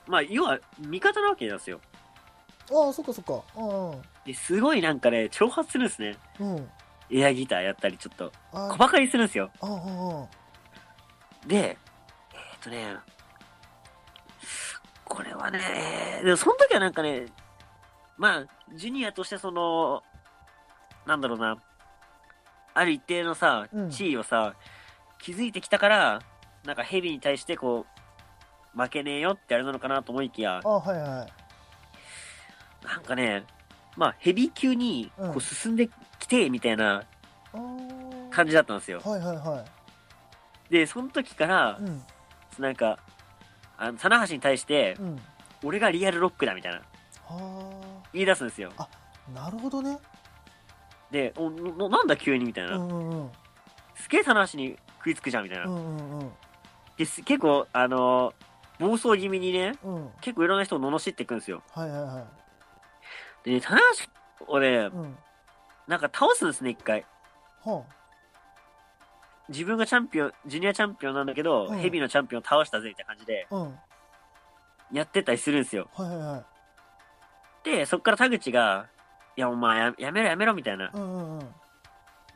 まあ、要は、味方なわけなんですよ。おおあーそっかそっかうですごいなんかね、挑発するんですね。んうんうんエアギターやったり、ちょっと、あ小馬鹿にするんですよ。あうんうんで、えーっとね、これはね、えーでもその時はなんかね、まあ、ジュニアとしてその、なんだろうな、ある一定のさうん、地位をさ、築いてきたから、なんかヘビに対してこう、負けねえよってあれなのかなと思いきや、あはいはいなんかね、まあ、ヘビー級にうんこう進んできて、みたいなあー感じだったんですよ。はいはいはで、その時からい、うんなんか、あの、棚橋に対してう、ん俺がリアルロックだ、みたいな、は言い出すんですよ。あなるほどねで、お、ななんだ急に、みたいうな。んうんうんすげえ棚橋に食いつくじゃん、みたいうな。んうんうんです結構、あのー暴走気味にね、うん結構いろんな人を罵っていくんですよ。はいはいはでね、棚橋をねい、うんなんか倒すんですね、一回。は自分がチャンピオン、ジュニアチャンピオンなんだけど、うんヘビのチャンピオン倒したぜ、みたいな感じで、あうんやってたりするんですよ。はいはいはいで、そっから田口が、いや、お前ややめろやめろみたいな。うんうんうん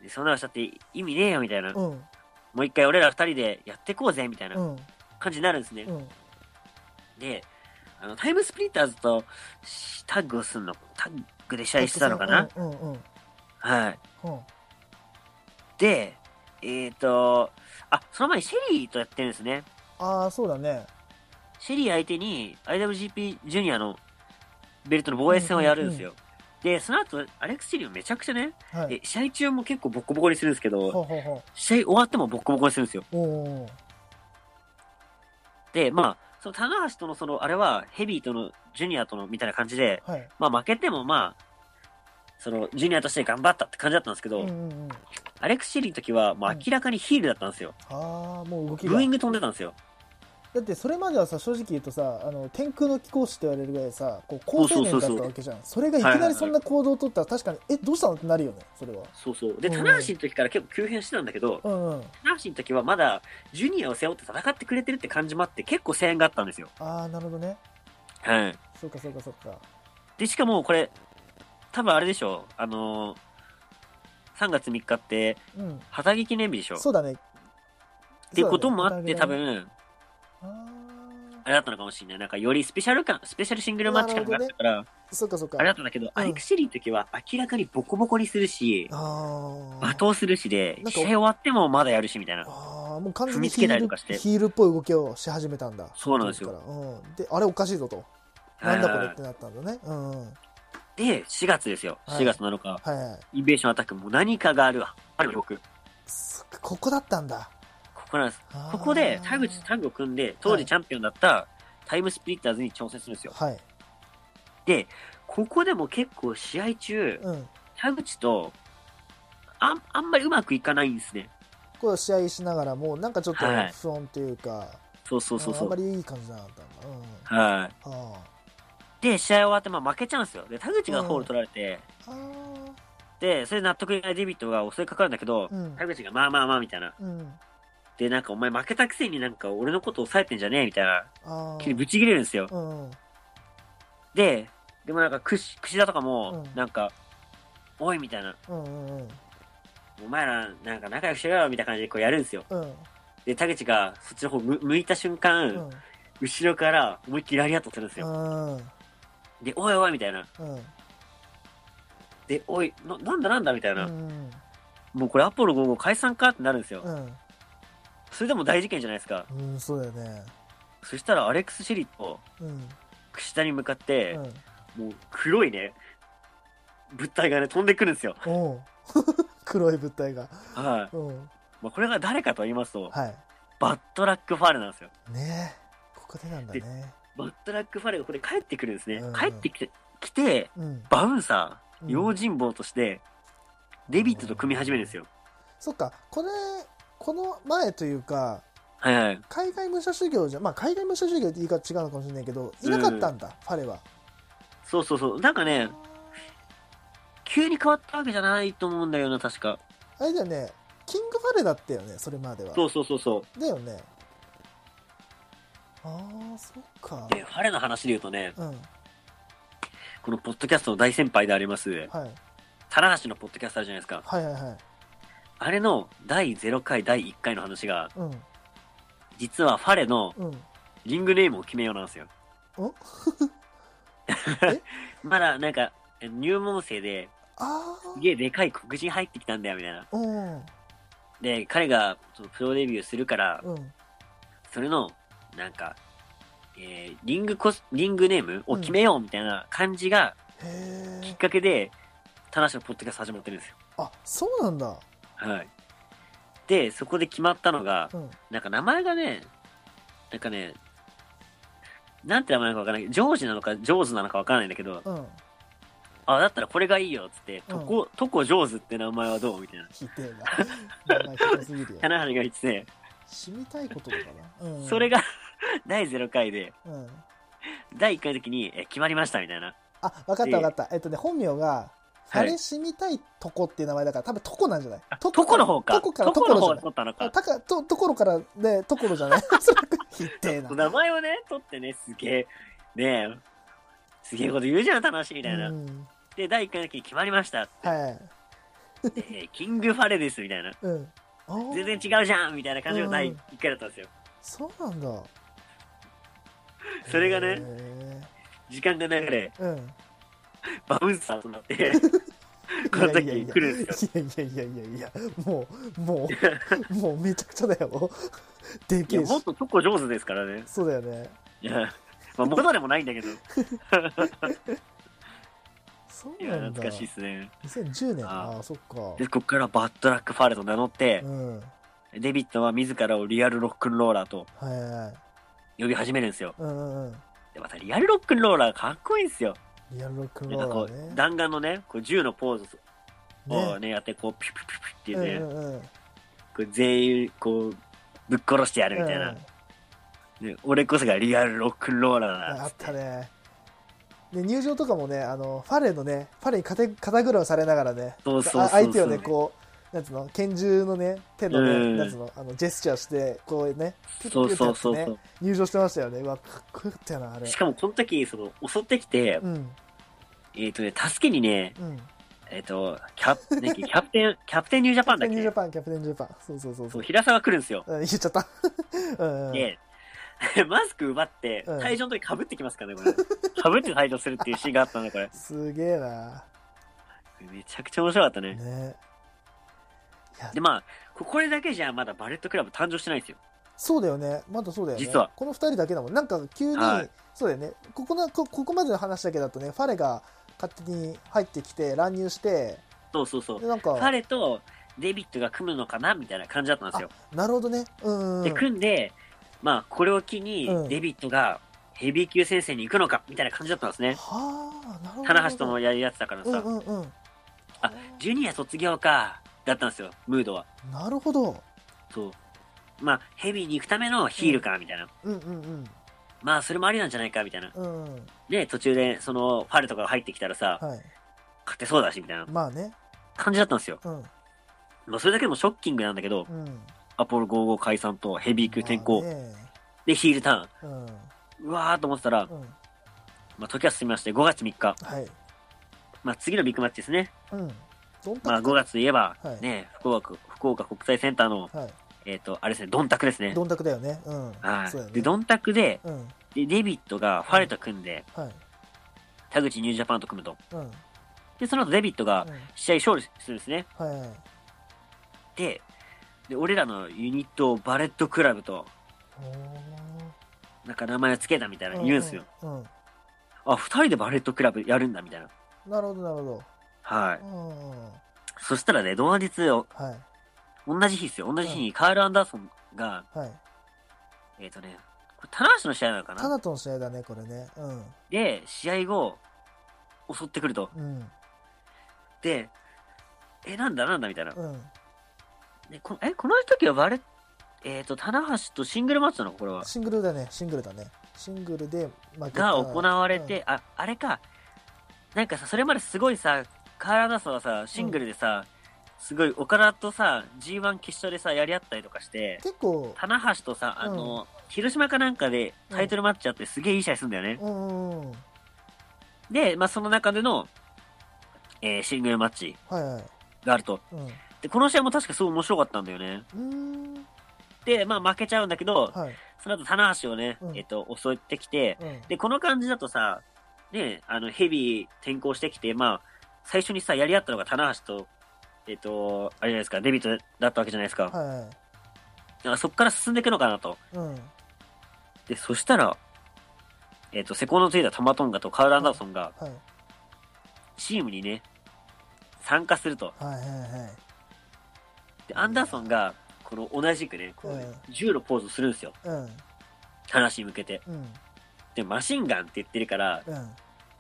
そんなのしたって意味ねえよみたいな。もうんう一回俺ら二人でやってこうぜみたいなうん感じになるんですねう。んで、あの、タイムスプリンターズとしタッグをするの、タッグで試合してたのかな、うんうんうんはい。うんで、えっ、と、あ、その前にシェリーとやってるんですね。ああそうだねシェリー相手に IWGP ジュニアのベルトの防衛戦をやるんですよ。で、その後、アレックス・シリオめちゃくちゃね、はい。え試合中も結構ボッコボコにするんですけど、ほうほうほ試合終わってもボッコボコにするんですよ。う。おーで、まあ、その棚橋とのその、あれはヘビーとのジュニアとのみたいな感じで、はい。まあ負けてもまあ、その、ジュニアとして頑張ったって感じだったんですけど、うんうんうん。アレックス・シリーの時は、もう明らかにヒールだったんですよ。ああ、もう動きブがーイ。ング飛んでたんですよ。だってそれまではさ、正直言うとさ、あの、天空の貴公子と言われるぐらいさ、こう、高青年だったわけじゃん。それがいきなりそんな行動を取ったら確かに、え、どうしたのってなるよね、それは。そうそう。で、うん棚橋の時から結構急変してたんだけど、うんうん。棚橋の時はまだ、ジュニアを背負って戦ってくれてるって感じもあって、結構声援があったんですよ。ああ、なるほどね。はい。そうかそうかそうか。で、しかもこれ、多分あれでしょあのー、3月3日って、うん。旗揚げ記念日でしょそうだね。っっていうこともあって、多。分、ああれだったのかもしれない。なんか、よりスペシャル感、スペシャルシングルマッチ感があったから、ーそうかそうか。あれだったんだけど、アレクシリーの時は明らかにボコボコにするし、ああ。罵倒するしで、なんか試合終わってもまだやるしみたいな。ああ、もう完全に踏みつヒけたーりルとかしてヒールっぽい動きをし始めたんだ。そうなんですよ当時からうん、で、あれおかしいぞと。なんだこれってなったんだね。うんうん。はいで、4月ですよ。はい4月7日。はい。インベーションアタックもう何かがあるわ。あるよ、僕。こそっかここだったんだ。こなんです。あーここで、田口タッグを組んで、当時チャンピオンだったタイムスプリッターズに挑戦するんですよ。はい。で、ここでも結構試合中、うん。田口と、あん、あんまりうまくいかないんですね。こう試合しながらも、なんかちょっとはい不穏というか、そうそうそうあそんまう。りいい感じじゃなかったんだ。はい。うん。あで、試合終わって、まあ負けちゃうんですよ。で、田口がホール取られて、あ。ああ。で、それで納得いかないデビットが襲いかかるんだけど、うん田口がまあまあまあみたいな。うん。で、なんかお前負けたくせになんか俺のこと抑えてんじゃねえみたいな。あ急にぶあ。ち切れるんですよ。うん。うん。で、でもなんか櫛、櫛田とかもう、んなんか、おいみたいな。うん。うん。お前らなんか仲良くしろよみたいな感じでこうやるんですよ。うん。で、田口がそっちの方向向いた瞬間、うん。後ろから思いっきりラリアットするんですよ。で、おいおいみたいな。うん。で、おい、ななんだなんだみたいな。うん。もうこれアポロ5号解散かってなるんですよ。うん。それでも大事件じゃないですか。うん。そうだよね。そしたらアレックス・シェリーとうん。櫛田に向かって、うん。もう黒いね、物体がね、飛んでくるんですよ。おう黒い物体が。はい。うん。まあ、これが誰かと言いますと、はバッドラック・ファーレなんですよ。い。ねえ。ここでなんだね。バッドラック・ファーレがこれ帰ってくるんですね。うん帰ってきて、来て、うん。バウンサうー、ん用心棒として、デビットと組み始めるんですよ。そっか、これ、この前というか、はいはい。海外武者修行じゃ、まあ海外武者修行って言い方違うのかもしれないけど、いなかったんだ、ファレは。そうそうそう。なんかね、急に変わったわけじゃないと思うんだよな、確か。あれだよね、キングファレだったよね、それまでは。そうそうそうそだよね。ああ、そっかう。。で、ファレの話で言うとね、うん、はこのポッドキャストの大先輩でありますい。、はい棚橋のポッドキャスターじゃないですか。はいはい。あれの第0回、第1回の話が、うん、実はファレのうん。リングネームを決めようなんですよ。おえ まだなんか、入門生で、あすげえでかい黒人入ってきたんだよ、みたいな。あ、うん、で、彼がそのプロデビューするから、うん、それの、なんか、えーリングコス、リングネームを決めようみたいな感じがへえきっ。かけで、田中のポッドキャスト始まってるんですよ。あ、そうなんだ。はい。で、そこで決まったのがう、ん。なんか名前がね、なんかね、なんて名前なのかわからない。ジョージなのか、ジョーズなのかわからないんだけど、うん。あ、だったらこれがいいよ、つって、うんトコ、トコジョーズって名前はどうみたいな。ひでえな。名前ひどすぎるよ。棚橋が言ってて、死にたいことかな。うん。それが 第0回で、うん。第1回の時に、え、決まりました、みたいな。あ、わかったわかった。えっとね、本名が、いあれ死にたいとこっていう名前だから、多分とこなんじゃないとトコの方か。とこからトとコこのろじゃ方をない取ったのかあ。たかと、ところからね、ところじゃ ないそれひでえな。名前をね、取ってね、すげえ、ねえ、すげえこと言うじゃん、楽しいみたいな。うん。で、第1回の時に決まりましたって、はい。 えーキングファレです、みたいな。うん。あー全然違うじゃんみたいな感じが第う1ん回だったんですよ。そうなんだ。それがへね、時間が流れ、え。うん。バウンサーとな って、この時に来るんですよ。いやいやいやいやいや、もう、もう、もうめちゃくちゃだよ。でいけや、えしもっ。とチョコ上手ですからね。そうだよね。いやまあ、ものでもないんだけど。いそうなや、んだ懐かしいですね。 2010年あああそっかで、ここからバッドラックファレと名乗ってう、んはいデビットは自らをリアルロックンローラーとはいはい呼び始めるんですよ。うんうんうんで、またリアルロックンローラーかっこいいんですよ。リアルロックンなロんかこーうラ、ーね弾丸のね、こう銃のポーズをね、やって、こう、ピュピュピュピュってね、うんうんうんこう全員、こう、ぶっ殺してやるみたいな。で俺こそがリアルロックンローラーあだあったねで入場とかもねあのファレのねファレに肩肩車をされながらねそうそうそうそうあ相手をねこうなんつうの拳銃のね手のね、うんなんつうのあのジェスチャーしてこうねピュッそピュッピュッてうそやうってそうねそう。入場してましたよねうわかっこよかったよなあれしかもこの時、その、襲ってきて、うんえっ、とね、助けにね、うんえっ、と、キ ャプ、ね、キャプテン、キャプテンニュージャパンだっキャプテンジャけパンキャプテンジャパンそうそうそうそそう、う、平沢来るんですよ。うん、言っちゃった うんうんで、 マスク奪って、うん退場の時被ってきますからね、これ。被って退場するっていうシーンがあったんだ、これ。すげえなめちゃくちゃ面白かったね。ねいやで、まあ、ここれだけじゃまだバレットクラブ誕生してないんですよ。そうだよね、まだそうだよね。実はこの2人だけだもん。なんか急に、はいそうだよねここのこ、ここまでの話だけだとね、ファレが勝手に入ってきて、乱入して、そうそうそうで。なんか、彼とデビットが組むのかなみたいな感じだったんですよ。なるほどね、うんうんで、組んで、まあ、これを機にうんデビットがヘビー級先生に行くのかみたいな感じだったんですね。はあ、なるほど。棚橋ともやり合ってたからうんさう、んうん。あジュニア卒業か、だったんですよ、ムードは。なるほど。そう。まあ、ヘビーに行くためのヒールか、みたいな。うんうんまあ、それもありなんじゃないか、みたいな。うん。うんうん。で、途中で、その、ファルとかが入ってきたらさ、はい。勝てそうだし、みたいなまあね。感じだったんですよ。うん。まあ、それだけでもショッキングなんだけど、うん。アポロ55解散とヘビー級転向、まあねで、ヒールターン。うん。うわーと思ってたら、うん。まあ、時は進みまして、5月3日。はい。まあ、次のビッグマッチですね。うん。どんたくまあ、5月といえばは、いね、福岡、福岡国際センターの、はい。えっ、と、あれですね、ドンタクですね。どんたくだよね。うん。はい。そうだよで、ね。ドンタクで、うん。でデビットがファレと組んで、はい。田口ニュージャパンと組むと。うん。うん。で、その後デビットが試合勝利するんですね。はいはい。で、で俺らのユニットをバレットクラブと、おーなんか名前を付けたみたいなの言うんですよ。うん、うんあ、二人でバレットクラブやるんだみたいな。なるほどなるほどはい。うんうんそしたらね、同日、同はいじ日ですよ。同じ日にカール・アンダーソンが、はいえっ、とね、これ、棚橋の試合なのかタなナとの試合だねこれねうんで、試合後、襲ってくると。うんで、え、なんだなんだみたいな。うんでこえ、この時はバレ、えっ、と、棚橋とシングルマッチなのこれは。シングルだねシングルだねシングルで負けたが行われて、あ、あれか。なんかさ、それまですごいさ、カーラーダーソンはさ、シングルでさ、すごい、岡田とさ、G1 決勝でさ、やり合ったりとかして、結構棚橋とさ、あの、広島かなんかでタイトルマッチあってすげえいい試合するんだよね。うんうんうんで、まあ、その中での、えーシングルマッチはいはいがあると。うんうで、この試合も確かすごい面白かったんだよね。ーんで、まあ、負けちゃうんだけど、はいその後、棚橋をね、うんえっと、襲ってきて、うんで、この感じだとさ、ね、あの、ヘビー転向してきて、まあ、最初にさ、やり合ったのが棚橋と、えっ、と、あれじゃないですか、デビットだったわけじゃないですか。はいはいだからそっから進んでいくのかなと。うんで、そしたら、えっ、と、セコンドついたタマトンガとカール・アンダーソンが、はいチームにね、参加すると。はいはいはいで、アンダーソンが、この同じくね、こうねう銃のポーズをするんですよ。うん棚橋に向けて。うんで、マシンガンって言ってるから、うん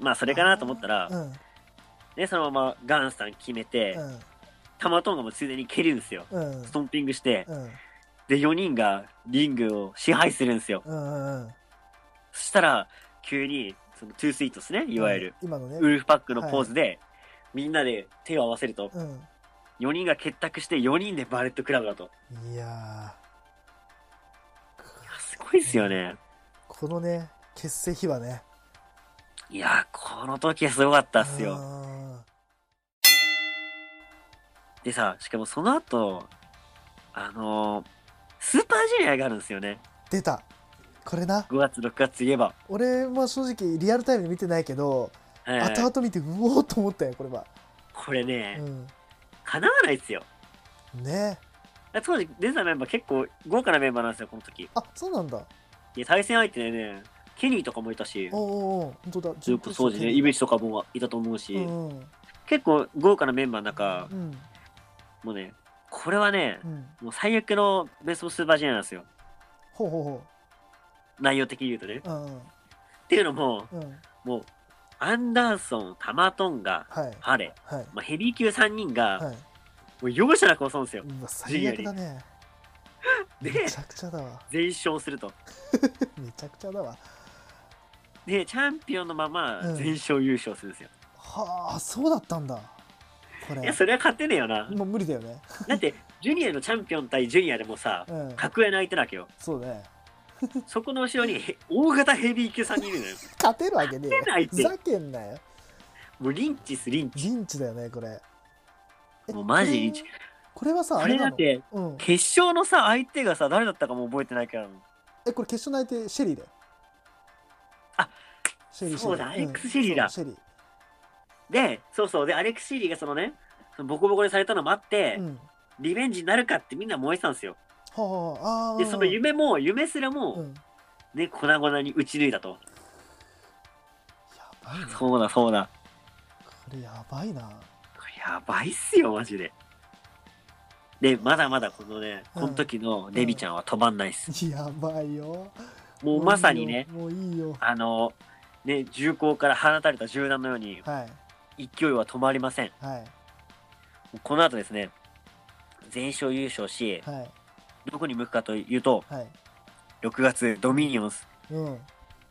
まあ、それかなと思ったらう、んね、そのままガンさん決めて、タマトンガもついでに蹴るんですよ。うんうんストンピングして、うんで、4人がリングを支配するんですよ。うんうんそしたら、急に、その、トゥースイートですね、いわゆる、今のねウルフパックのポーズで、みんなで手を合わせると、うん4人が結託して4人でバレットクラブだと。いいややすごいですよね。ーこのね結成秘話ねいやー、この時はすごかったっすよ。よ。でさ、しかもその後、あのースーパージュニアがあるんですよね。出た。これな。 5月、6月言えば。俺も正直リアルタイムで見てないけど、えー後々見てうおーっと思ったよ、これは。これねう、ん。叶わないっすよ。ねだ当時出てたメンバー結構豪華なメンバーなんですよ、この時。あ、そうなんだ。で、対戦相手でね、ケニーとかもいたしお、おお本当だそれこそそうですね、イベチとかもいたと思うし、うんうん結構豪華なメンバーの中、うんもうね、これはねう、んもう最悪のベストスーパージュニアなんですよ。ほうほうほ内容的に言うとね。っううんていうのも、うんうんもう、アンダーソン、タマトンガ、はいハレ、はいまあ、ヘビー級3人が、はいもう容赦なく襲うんですよ。うわ最悪だねでめちゃくちゃだわ 全勝すると。めちゃくちゃだわで、チャンピオンのままうん全勝優勝するんですよ。はあそうだったんだこいれや、それは勝てねえよ な。もう無理だよねだって、ジュニアのチャンピオン対ジュニアでもさ、うん格上の相手なわけよ。そうねそこの後ろにへ大型ヘビー級3人 いるのよ。勝てるわけね勝てないえってふざけんなよもうリンチス、リンチ。リンチだよねこれえもうマジこれリンチこれはさこあれれだなっのて、うん決勝のさ、相手がさ、誰だったかも覚えてないから。えこれ決勝の相手シェリーだよあシェリーそうだェリーアレックスシェリーだそうシェリで、そうそう、で、アレックス・シーリーがそのね、そのボコボコにされたのもあって、ーうんはリベンジになるかってみんな燃えてたんですよ。あはああーで、その夢も、夢すらうも、んやね、粉々に打ち抜いたと。ばいなこそうだ、そうだ。れやばいなこれやばいっすよ、マジで。で、まだまだこのね、この時のデビちゃんは止まんないっす。 やばいよもうまさにね、もういいよもういいよあの、ね、銃口から放たれた銃弾のように、はい勢いは止まりません。はいこの後ですね、全勝優勝し、はいどこに向くかというと、はい6月、ドミニオンズ。うんはい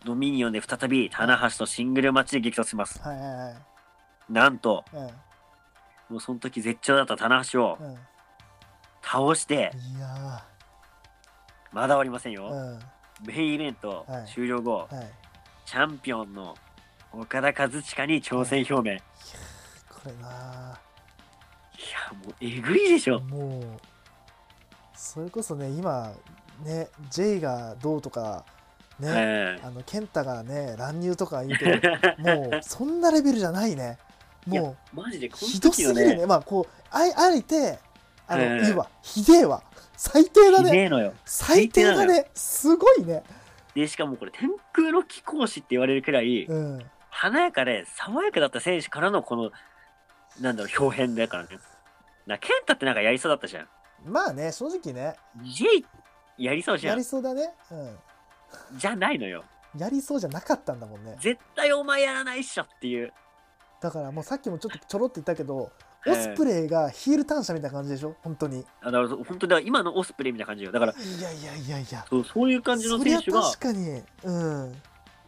ドミニオンで再び、棚橋とシングルマッチで激突します。はいはいなんと、うもうその時絶頂だった棚橋をんうん倒して、いやまだ終わりませんーよ。うんメインイベントはい終了後、はいチャンピオンの岡田和親に挑戦表明。いや、これなもうえぐいでしょ。もうそれこそね今ね J がどうとかね、えあの健太がね乱入とか言うけどもうそんなレベルじゃないねいやも マジでこうのひどす時ぎのるねね、まあこうあいあえてあの、ええいいわひでえわ最低だひねねえのよ。最低だ最低なのねすごいねで、しかもこれ天空の貴公子って言われるくらい、うん華やかで爽やかだった選手からのこの、なんだろう、表変だからね。な、健太ってなんかやりそうだったじゃん。まあね正直ね J やりそうじやゃんり。そうだねうじゃないのよ。んやりそうじゃなかったんだもんね絶対お前やらないっしょっていう。だからもうさっきもちょっとちょろって言ったけどええオスプレイがヒール単車みたいな感じでしょ本当にあだから本当にだから今のオスプレイみたいな感じよ。だからいやいやいやいやそうそういう感じの選手そりゃが確かにうん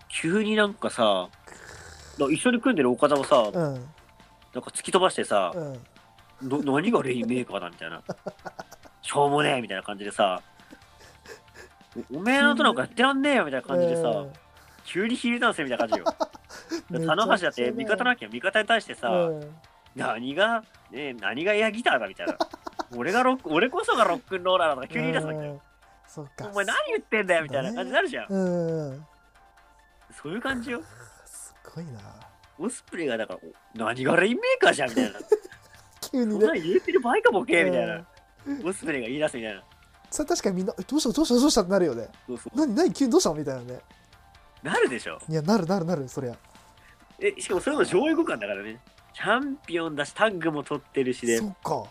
急になんかさ、だから一緒に組んでる岡田をさ、なんうかん突き飛ばしてさ、うんの何がレインメーカーだみたい な。しょうもねえみたいな感じでさ、おおめえのとなんかやってらんねえよみたいな感じでさ、うん急にヒールダンスみたいな感じよ。 めちゃくちゃ棚橋だって味方なわけよ。味方に対してさ、うん何が、ねえ、何がエアギターだみたいな。俺がロック、俺こそがロックンローラーだとか急に言い出すわけよ。うんそっかお前何言ってんだよみたいな感じになるじゃん。うんそういう感じよ。すごいなオスプレイがだから、お何がレインメーカーじゃんみたいな。急そにんねなん言ってる場合かボケみたいうんな。オスプレイが言い出すみたいな。それ確かにみんなえどうしたどうしたどうしたってなるよねそうそう。何何急にどうしたみたいなねなるでしょ。いやなるなるなるそりゃえ、しかもそれも上位互換だからね。チャンピオンだし、タッグも取ってるしで。そっか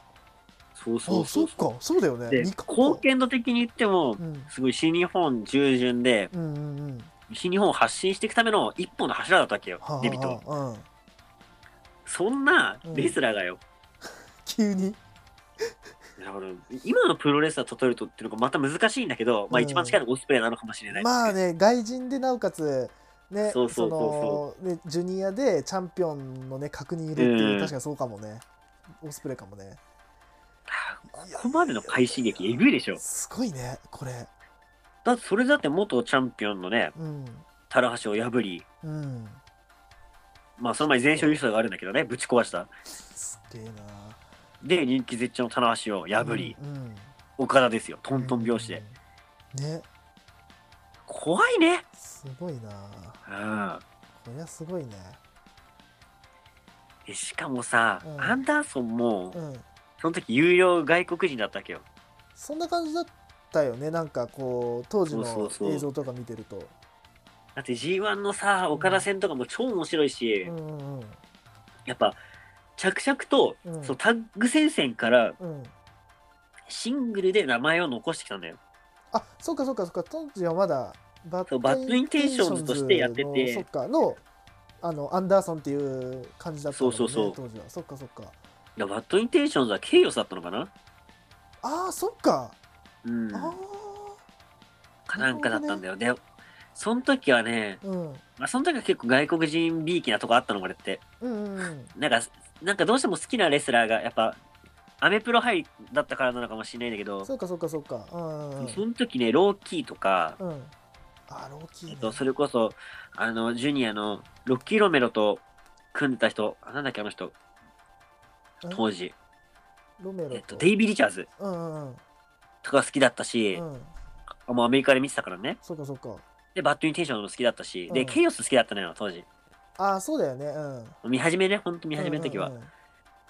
そうそあうそそうっ。かそうだよねで、二冠貢献度的に言ってもう、んすごい新日本従順で、うんうんうん新日本を発信していくための一本の柱だったわけよはあはあ、デビット。うんそんなレスラーがよ。急にだから今のプロレスラーと取るとっていうのがまた難しいんだけど、まあうん一番近いのがオスプレイなのかもしれない。まあね外人でなおかつねそうそうそうそのねジュニアでチャンピオンのね確認いるっていう、うん確かにそうかもねオスプレイかもねここまでの快進撃、えぐいでしょ。すごいねこれだってそれだって元チャンピオンのね、うんタラハシを破り、うんまあその前に全勝優勝があるんだけどね、ぶち壊した。すっげえなで、人気絶頂のタラハシを破り、うん岡田ですよ、うトントン拍子で。んね怖いね。すごいなうん。こりゃすごいねでしかもさ、うんアンダーソンもう、んその時有料外国人だったわけよ。そんな感じだったよねなんかこう当時のそうそうそう映像とか見てるとだって G1 のさ、岡田戦とかも超面白いし、うんうんやっぱ、着々と、うんそのタッグ戦線からうんシングルで名前を残してきたんだよ。あそうかそうかそうか当時はまだバそうバッドインテンションズとしてやっててバッドインテンションズのそっかのあのアンダーソンっていう感じだったもんねそうそうそう当時はそっかそっかいや、バッドインテンションズはケイオスだったのかなああそっか、うん。あかなんかだったんだよ。で、その時はね、あうんまあ、その時は結構外国人びいきなとこあったの、これって。うんうんうんなんか、なんかどうしても好きなレスラーが、やっぱ、アメプロハイだったからなのかもしれないんだけど、そうかそうかそうかうんうんその時ね、ローキーとか、うんうんあローキーねえっと、それこそ、あの、ジュニアのロッキーロメロと組んでた人、あなんだっけ、あの人、うん当時、ロメロえっと、デイビー・リチャーズうんうんとか好きだったし、うんうんあもうアメリカで見てたからね。そうかそうかで、バッドインテンションも好きだったし、うで、んケイオス好きだったのよ、当時。ああそうだよねうん見始めね、ほんと見始めの時は。うんうん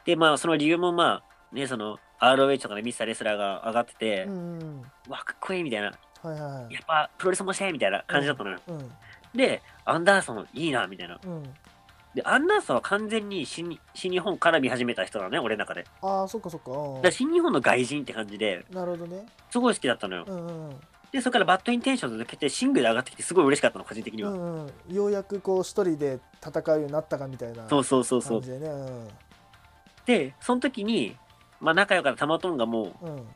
で、まあ、その理由もまあ、ね、その、ROH とかで見てたレスラーが上がってて、うんうんわ、かっこいいみたいな、うんはいはいはいやっぱプロレスもしたいみたいな感じだったのよ。うんで、アンダーソンいいな、みたいな。うんで、アンダーソンは完全に新に新日本から見始めた人だね、俺の中で。だかああそっかそっかうんら新日本の外人って感じで、なるほどねすごい好きだったのよう。んうんうんで、それからバッドインテンションズ抜けて、シングルで上がってきて、すごい嬉しかったの、個人的にうは。んうん、ようやくこう一人で戦うようになったかみたいなそう感そうそうそうじ。でねうんで、その時に、まあ、仲良かったタマトンがもう、うん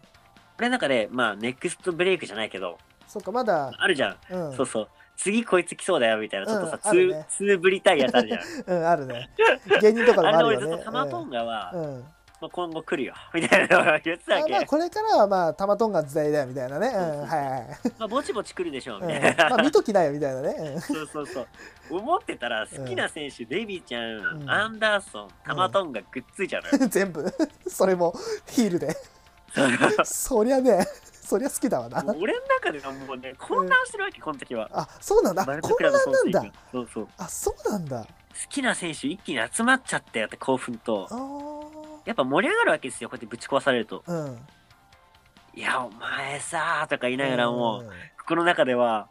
俺の中で、まあ、ネクストブレイクじゃないけど、そっかまだ、あるじゃん。うん、そうそう。次こいつ来そうだよ、みたいな、ちょっとさ、うんツあるねー、ツーぶりたいやつある じゃん。うんあるね芸人とかでもああれのる俺よずねっとタマトンガは、うんうんまあ、今後来るよ、 みたいなのを言ってたあわけ。まあこれからはまあ玉トンが時代だよみたいなね、うそうそん、うはいはい、まあ、ぼちぼち来るでしょう、みたうんい、まあな。見ときなよみたいなね、 そうそうそう。思ってたら、好きな選手、デビーちゃん、うんアンダーソン、タマトンガくっついちゃうの よ。うん、全部それもヒール でそりゃねそりゃ好きだわなもう俺の中ではもうね、混乱してるわけ、この時は。あそうなんだバルトこんクなラんブ総選な挙んだそうそう。好あそうなんだきな選手一気に集まっちゃったよって興奮とあ、ーやっぱ盛り上がるわけですよ、こうやってぶち壊されると。うんいや、お前さーとか言いながらもうんう、この中では、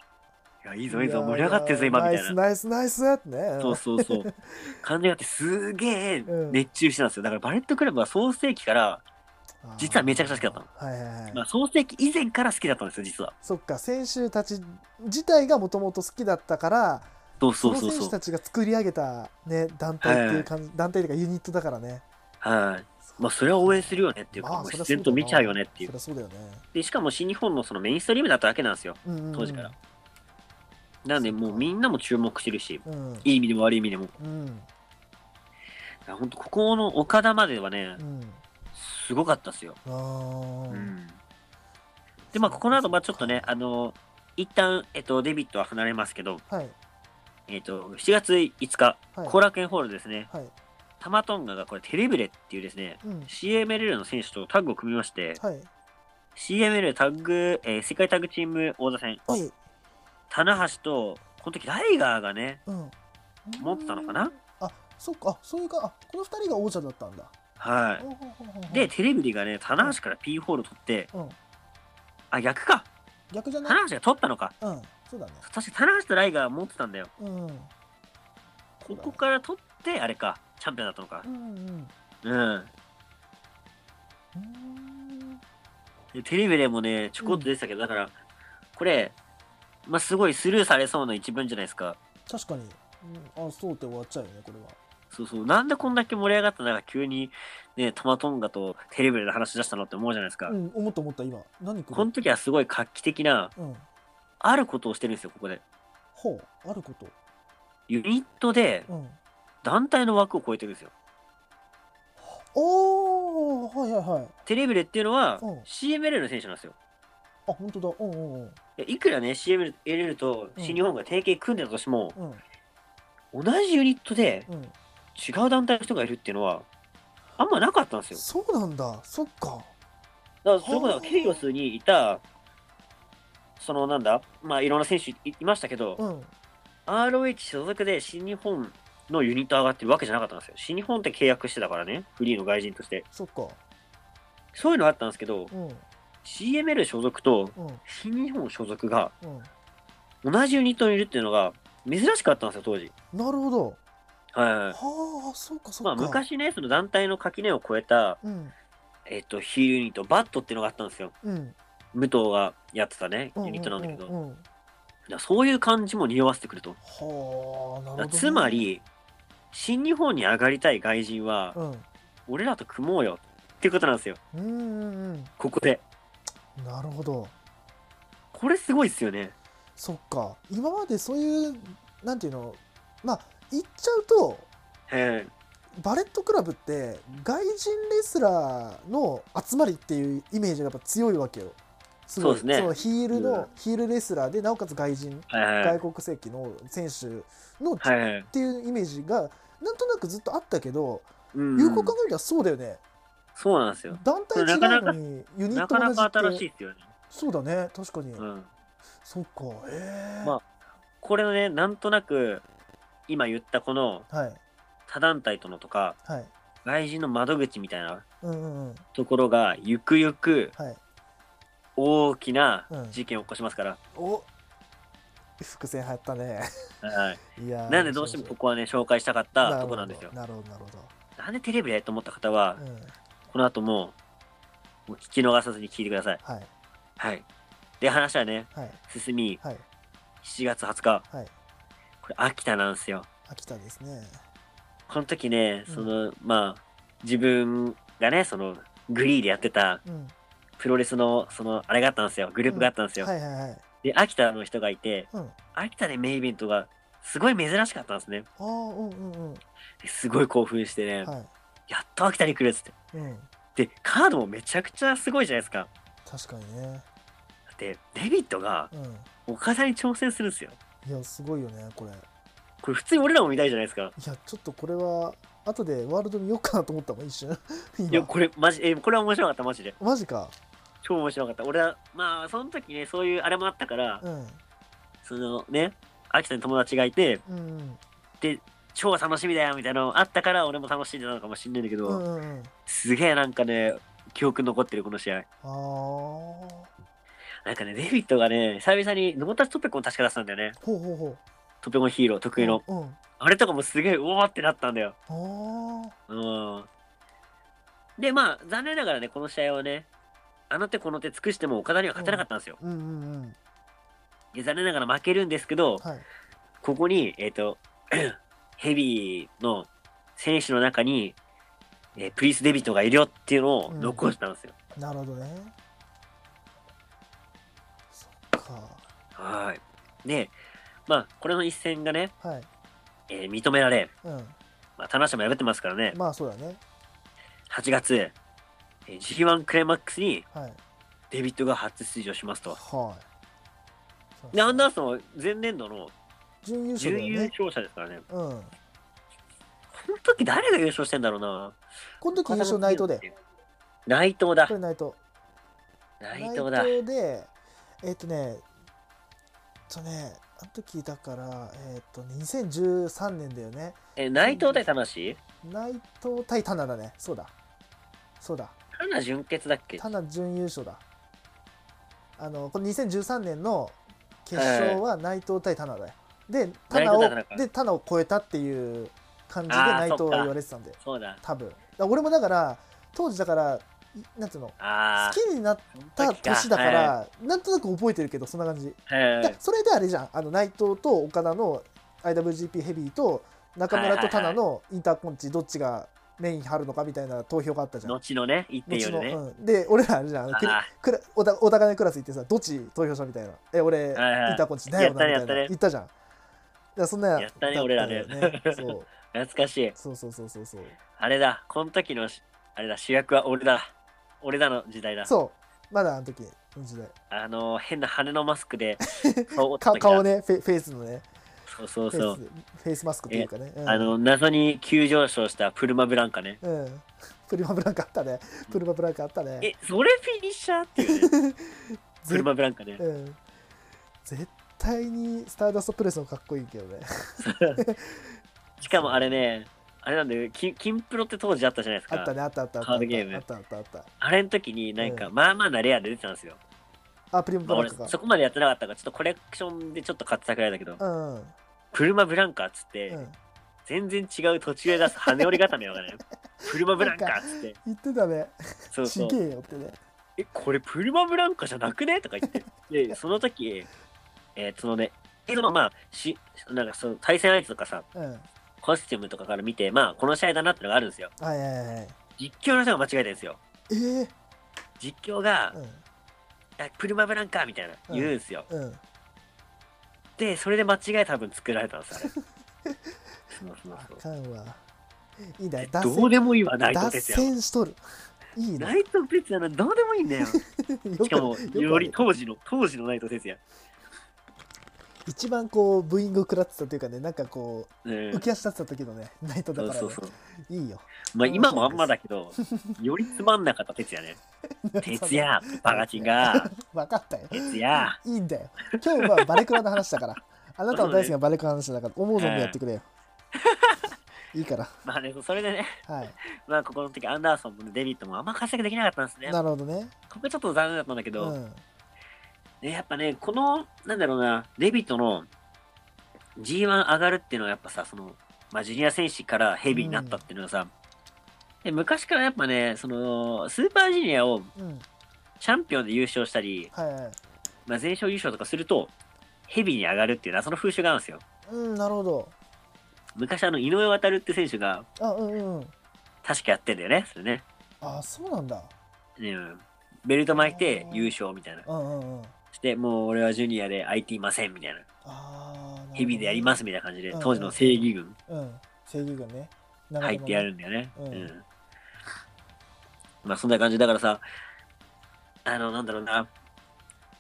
いや、いいぞいいぞ、盛り上がってるぞ、今、みたいな。ナイスナイスナイスってねそうそうそう。感じがあって、すげえうん熱中してたんですよ。だから、バレットクラブは創世期から、実はめちゃくちゃ好きだったのたはいはいはい、まあ、創世期以前から好きだったんですよ、実は。そっか選手たち自体がもともと好きだったからそうそうそうの選手そう。たちが作り上げた、ね、団体っていう感じ、団体というかユニットだからねはい。まあ、それは応援するよねっていうか、まあもそうり自ゃそうだ然なと見ちゃうよねっていそうり。ゃそうだよね、で、しかも新日本のそのメインストリームだったわけなんですよ。うんうんうん当時からなんで、そうもうみんなも注目してるし、うんいい意味でも悪い意味でも。うん本当ここの岡田まではねう、んすごかったですよ。あーうん。で、まあ、ここの後、まあ、ちょっとね、あの、一旦、えっと、デビットは離れますけど、はいえっと、7月5日、はい後楽園ホールですね、はいタマトンガがこれ、テレブレっていうですね、うん CMLL の選手とタッグを組みまして、はい CML タッグ、えー世界タッグチーム王座戦、はい棚橋と、この時ライガーがね、うん持ってたのかなあそっかあそういうかあこの二人が王者だったんだはほうほうほうほうほうい。で、テレブレがね、棚橋から P ホール取って、うんあ、逆か。逆じゃない棚橋が取ったのか。うんそうだね確か棚橋とライガー持ってたんだよ。うんうんここから取って、あれか、チャンピオンだったのかう。んうんうん。うーんでテレビでもね、ちょこっと出てたけど、だから、これ、まあ、すごいスルーされそうな一文じゃないですか。確かに、うん、あそうって終わっちゃうよねこれはそうそう。なんでこんだけ盛り上がった中、急に、ね、トマトンガとテレビで話し出したのって思うじゃないですか。うん思った思った今何ここれの時はすごい画期的な、うんあることをしてるんですよ、ここで。ほうあることユニットで、うん団体の枠を超えてるんですよ。おーはいはいはいテレビでっていうのはうん、 CML の選手なんですよ。あ本当だうんうんうんでいくらね、CML と新日本が提携組んでたとしても、うん同じユニットでうん違う団体の人がいるっていうのは、あんまなかったんですよ。そうなんだそっかだからそれこそケイオスにいた、そのなんだ、まあいろんな選手いいましたけど、うん ROH 所属で新日本のユニット上がってるわけじゃなかったんですよ。新日本って契約してたからね、フリーの外人として。そっかそういうのあったんですけうど、ん CML 所属とうん新日本所属がうん同じユニットにいるっていうのが、珍しかったんですよ、当時。なるほど。はいはい、はあ、そうか、そうまか。あ、昔ね、その団体の垣根を越えた、うん、えっと、ヒールユニット、バットっていうのがあったんですよ。うん。武藤がやってたね、うユニットなんだけど。うんうんうんいやそういう感じも匂わせてくるはと。あ、なるほど、ね。つま、り、新日本に上がりたい外人は、うん。俺らと組もうよってことなんですよ。うんうんここで。うん。なるほど。これすごいっすよね。そっか。今までそういう、なんていうの、まあ、言っちゃうと、えバレットクラブって外人レスラーの集まりっていうイメージがやっぱ強いわけよ。すごいそうですねのヒールの、うんヒールレスラーでなおかつ外人、えはいはい外国籍の選手の、はっいはい。ていうイメージがなんとなくずっとあったけど、うん有効考えりゃそうだよね。そうなんですよ。団体違なかなうのかにユニッなトかなか同新じしっいてっすよね。そうだね確かに、うん。そっかええまこれをね、なんとなく、今言ったこのはい他団体とのとか、はい外人の窓口みたいなうんうんうんところが、ゆくゆくはい大きなうん事件を起こしますから。お伏線入った ねはい。いやーなんでどうしてもここはね、紹介したかっなるたほとこどなんですよ。なるほどなるほどなんでテレビでと思った方は、うん、この後も、もう聞き逃さずに聞いてください。はいはい。で、話はね、はい進み、はい7月20日、はいこれ、秋田なんですよ。秋田ですねこの時ね、うんその、まあ、自分がね、その、グリーでやってた、うんプロレスの、その、あれがあったんですよ。グループがあったんですよ。はいはいはいで、秋田の人がいて、うんあ秋田でメインイベントが、すごい珍しかったんですね。あうんうんうんですごい興奮してね、はやっと秋田に来るっつって。いうんで、カードもめちゃくちゃすごいじゃないですか。確かにねだって、デビットが、うん岡田に挑戦するんですよ。いやすごいよねこれいこれ普通に俺らも見たいじゃないですか。やちょっとこれは後でワールド見ようかなと思ったもん一 瞬今いや、これ、マジ、え、これは面白かった、マジで。マジか超面白かった。俺は、まあ、その時ね、そういうあれもあったから、うんそのね、秋田に友達がいて、うん超楽しみだよ、みたいなのあったから、俺も楽しんでたのかもしんないんだけど、うんうんうんすげえなんかね、記憶に残ってる、この試合。あーなんかね、デビットがね、久々に、ノータッチトペコン確か出したんだよね。ほうほうほうトペコンヒーロー、得意の。うんうんあれとかもすげえ、うおーってなったんだよ。あうん。で、まあ、残念ながらね、この試合はね、あの手この手尽くしても岡田には勝てなかったんですよ。ーうんうんうんで残念ながら負けるんですけど、はいここに、えっ、と、 ヘビーの選手の中に、えープリス・デビットがいるよっていうのを残したんですよ。なるほどねそっかはーい。で、まあ、これの一戦がね、はいえー認められ、うんまあ、田中も破ってますからね、まあそうだね8月、えー G1 クライマックスにはいデビットが初出場しますと。はいで、アンダーソンは前年度の準優勝だよ準優ね勝者ですからね。うんこの時誰が優勝してんだろうな。この時優勝内藤で。内藤だこ。れ内藤内藤だ。内藤でえっ、とねえっとねあの時だからえっ、とね2013年だよねえ、内藤対田無内藤対棚だねそうだそうだ田無純潔だっけただ準優勝だあのこの2013年の決勝は内藤対田名だよで田名を内藤対田中で田名を超えたっていう感じであー内藤そっはか言われてたんでそうだ。多分だ俺もだから当時だからいなんていうのあ好あ。きになっそのた時か年だか、らなんとなく覚えてるけどそんな感じはいはいでそれであれじゃんあの内藤と岡田の IWGP ヘビーと中村と田名のインターコンチどっちがメイン張るのかみたいな投票があったじゃん後のね、一点後よりの、ね。うん、で俺らあれじゃんあのクリあクラおたお互いのクラス行ってさどっち投票したみたいなえ俺インはいはいターコンチだよなみたいなやったねやったね言ったじゃんだからそんなやったねだ俺らねだよねそうあ懐かし い。そうそうそうそうそうあれだ、この時のし、あれだ、主役は俺だ。俺だの時代だ。そうまだあの時の時代あのー、変な羽のマス クで顔をか叩きだ顔。ねフェフェイスのねそうそうフェイスそう。フェイスマスクっていうかね、うん、あの、謎に急上昇したプルマブランカね。うんプリマブランカあったねプリマブランカあったねえ、それフィニッシャーっ ていうね。プぜルマブランカね。うん、絶対にスターダストプレスもかっこいいけどねしかもあれね、あれなんだよ、金金プロって当時あったじゃないですあったか。ねあったあったあったカードゲームあったあったあったあれの時になんか、まあまあなレアで出てたんですよ。あプリマまあブラン俺カかそこまでやってなかったから、ちょっとコレクションでちょっと買ってたくらいだけど。うんプルマブランカっつって、うん、全然違う途中で出す羽織り固めわから ない。プルマブランカっつって、言ってたねそうそちう。げえよってねえ、これプルマブランカじゃなくねとか言って。で、その時、えーそのね、そのまあ、し、なんかその対戦相手とかさ、うんコスチュームとかから見て、まあ、この試合だなってのがあるんですよ。はいはいはい実況の人が間違えてるんですよ。えー、実況がう、んあプルマブランカみたいな言うんですよ。うんで、それで間違え多分作られたんです、あ れ。そうそうあそうかんわいいね脱どう線でもいいわ、ナイト脱哲也は。線しとるいいナねイト哲也なんてどうでもいいんだよ。し よかも、くよりよくある当時の、当時のナイト哲也。一番こうブーイング食らってたというかねなんかこううん浮。き足立ってた時のねナイトだそから、ね、うそうそう。いいよまあ今もあんまだけど、よりつまんなかった哲 也ね。哲也、バカチンが、分かったよ哲也。いいんだよ今日はバレクラの話だからあなたの大好きなバレクラの話だから思う存分やってくれよいいからまあね、それでね、はいまあここの時アンダーソンもデビットもあんま活躍できなかったんですね。なるほどねここちょっと残念だったんだけうど、んね、やっぱね、この、なんだろうな、デビットの G1 上がるっていうのはやっぱさ、その、まあジュニア選手からヘビーになったっていうのはさ、で昔からやっぱね、その、スーパージュニアをうんチャンピオンで優勝したり、はいはいまあ、全勝優勝とかすると、ヘビーに上がるっていう謎の風習があるんですよ。うんなるほど昔あの井上渉って選手があうんうんうん確かやってんだよね、それね。あそうなんだうん、ベルト巻いて優勝みたいな。うんうんうんして、もう俺はジュニアで IT いませんみたいな。ああヘビーでやりますすみたいな感じでうん、当時の正義軍うん正義軍ね長入友っねてやるんだよね。ううんん。まあそんな感じだからさ、あの、なんだろうな、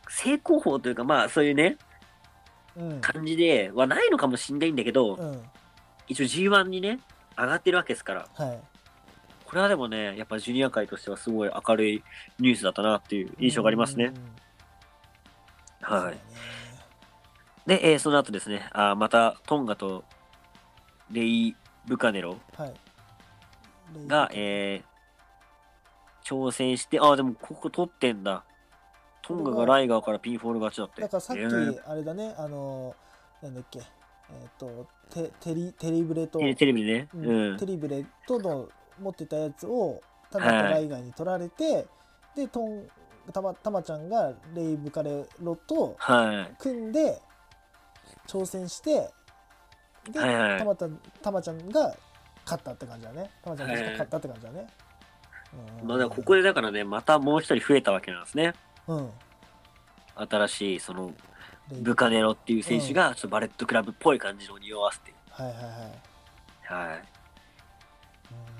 成功法というか、まあそういうね、うん感じではないのかもしんないんだけど、うん一応 G1 にね、上がってるわけですから、はいこれはでもね、やっぱジュニア界としてはすごい明るいニュースだったなっていう印象がありますね。うんうんうんそうはだねい。で、えーその後ですね、あーまたトンガとレイ・ブカネロはいが、えー挑戦して、あー、でもここ取ってんだ。トンガがライガーからピンフォール勝ちだって。だからさっきえーあれだね、あのなんだっけえっ、とテテリテリブレと、テレテレビでね。うんうんテ。リブレとの持ってたやつをタマとライガーに取られて、でトンタマタマちゃんがレイブカレロとはい。組んで挑戦してで、はいはいタマタタマちゃんが勝ったって感じだねタマちゃんが勝ったって感じだね、うんまあ、だからここでだからね、またもう一人増えたわけなんですね。うん新しい、その、レイブカネロっていう選手が、ちょっとバレットクラブっぽい感じの匂わせて。はいはいはいはい。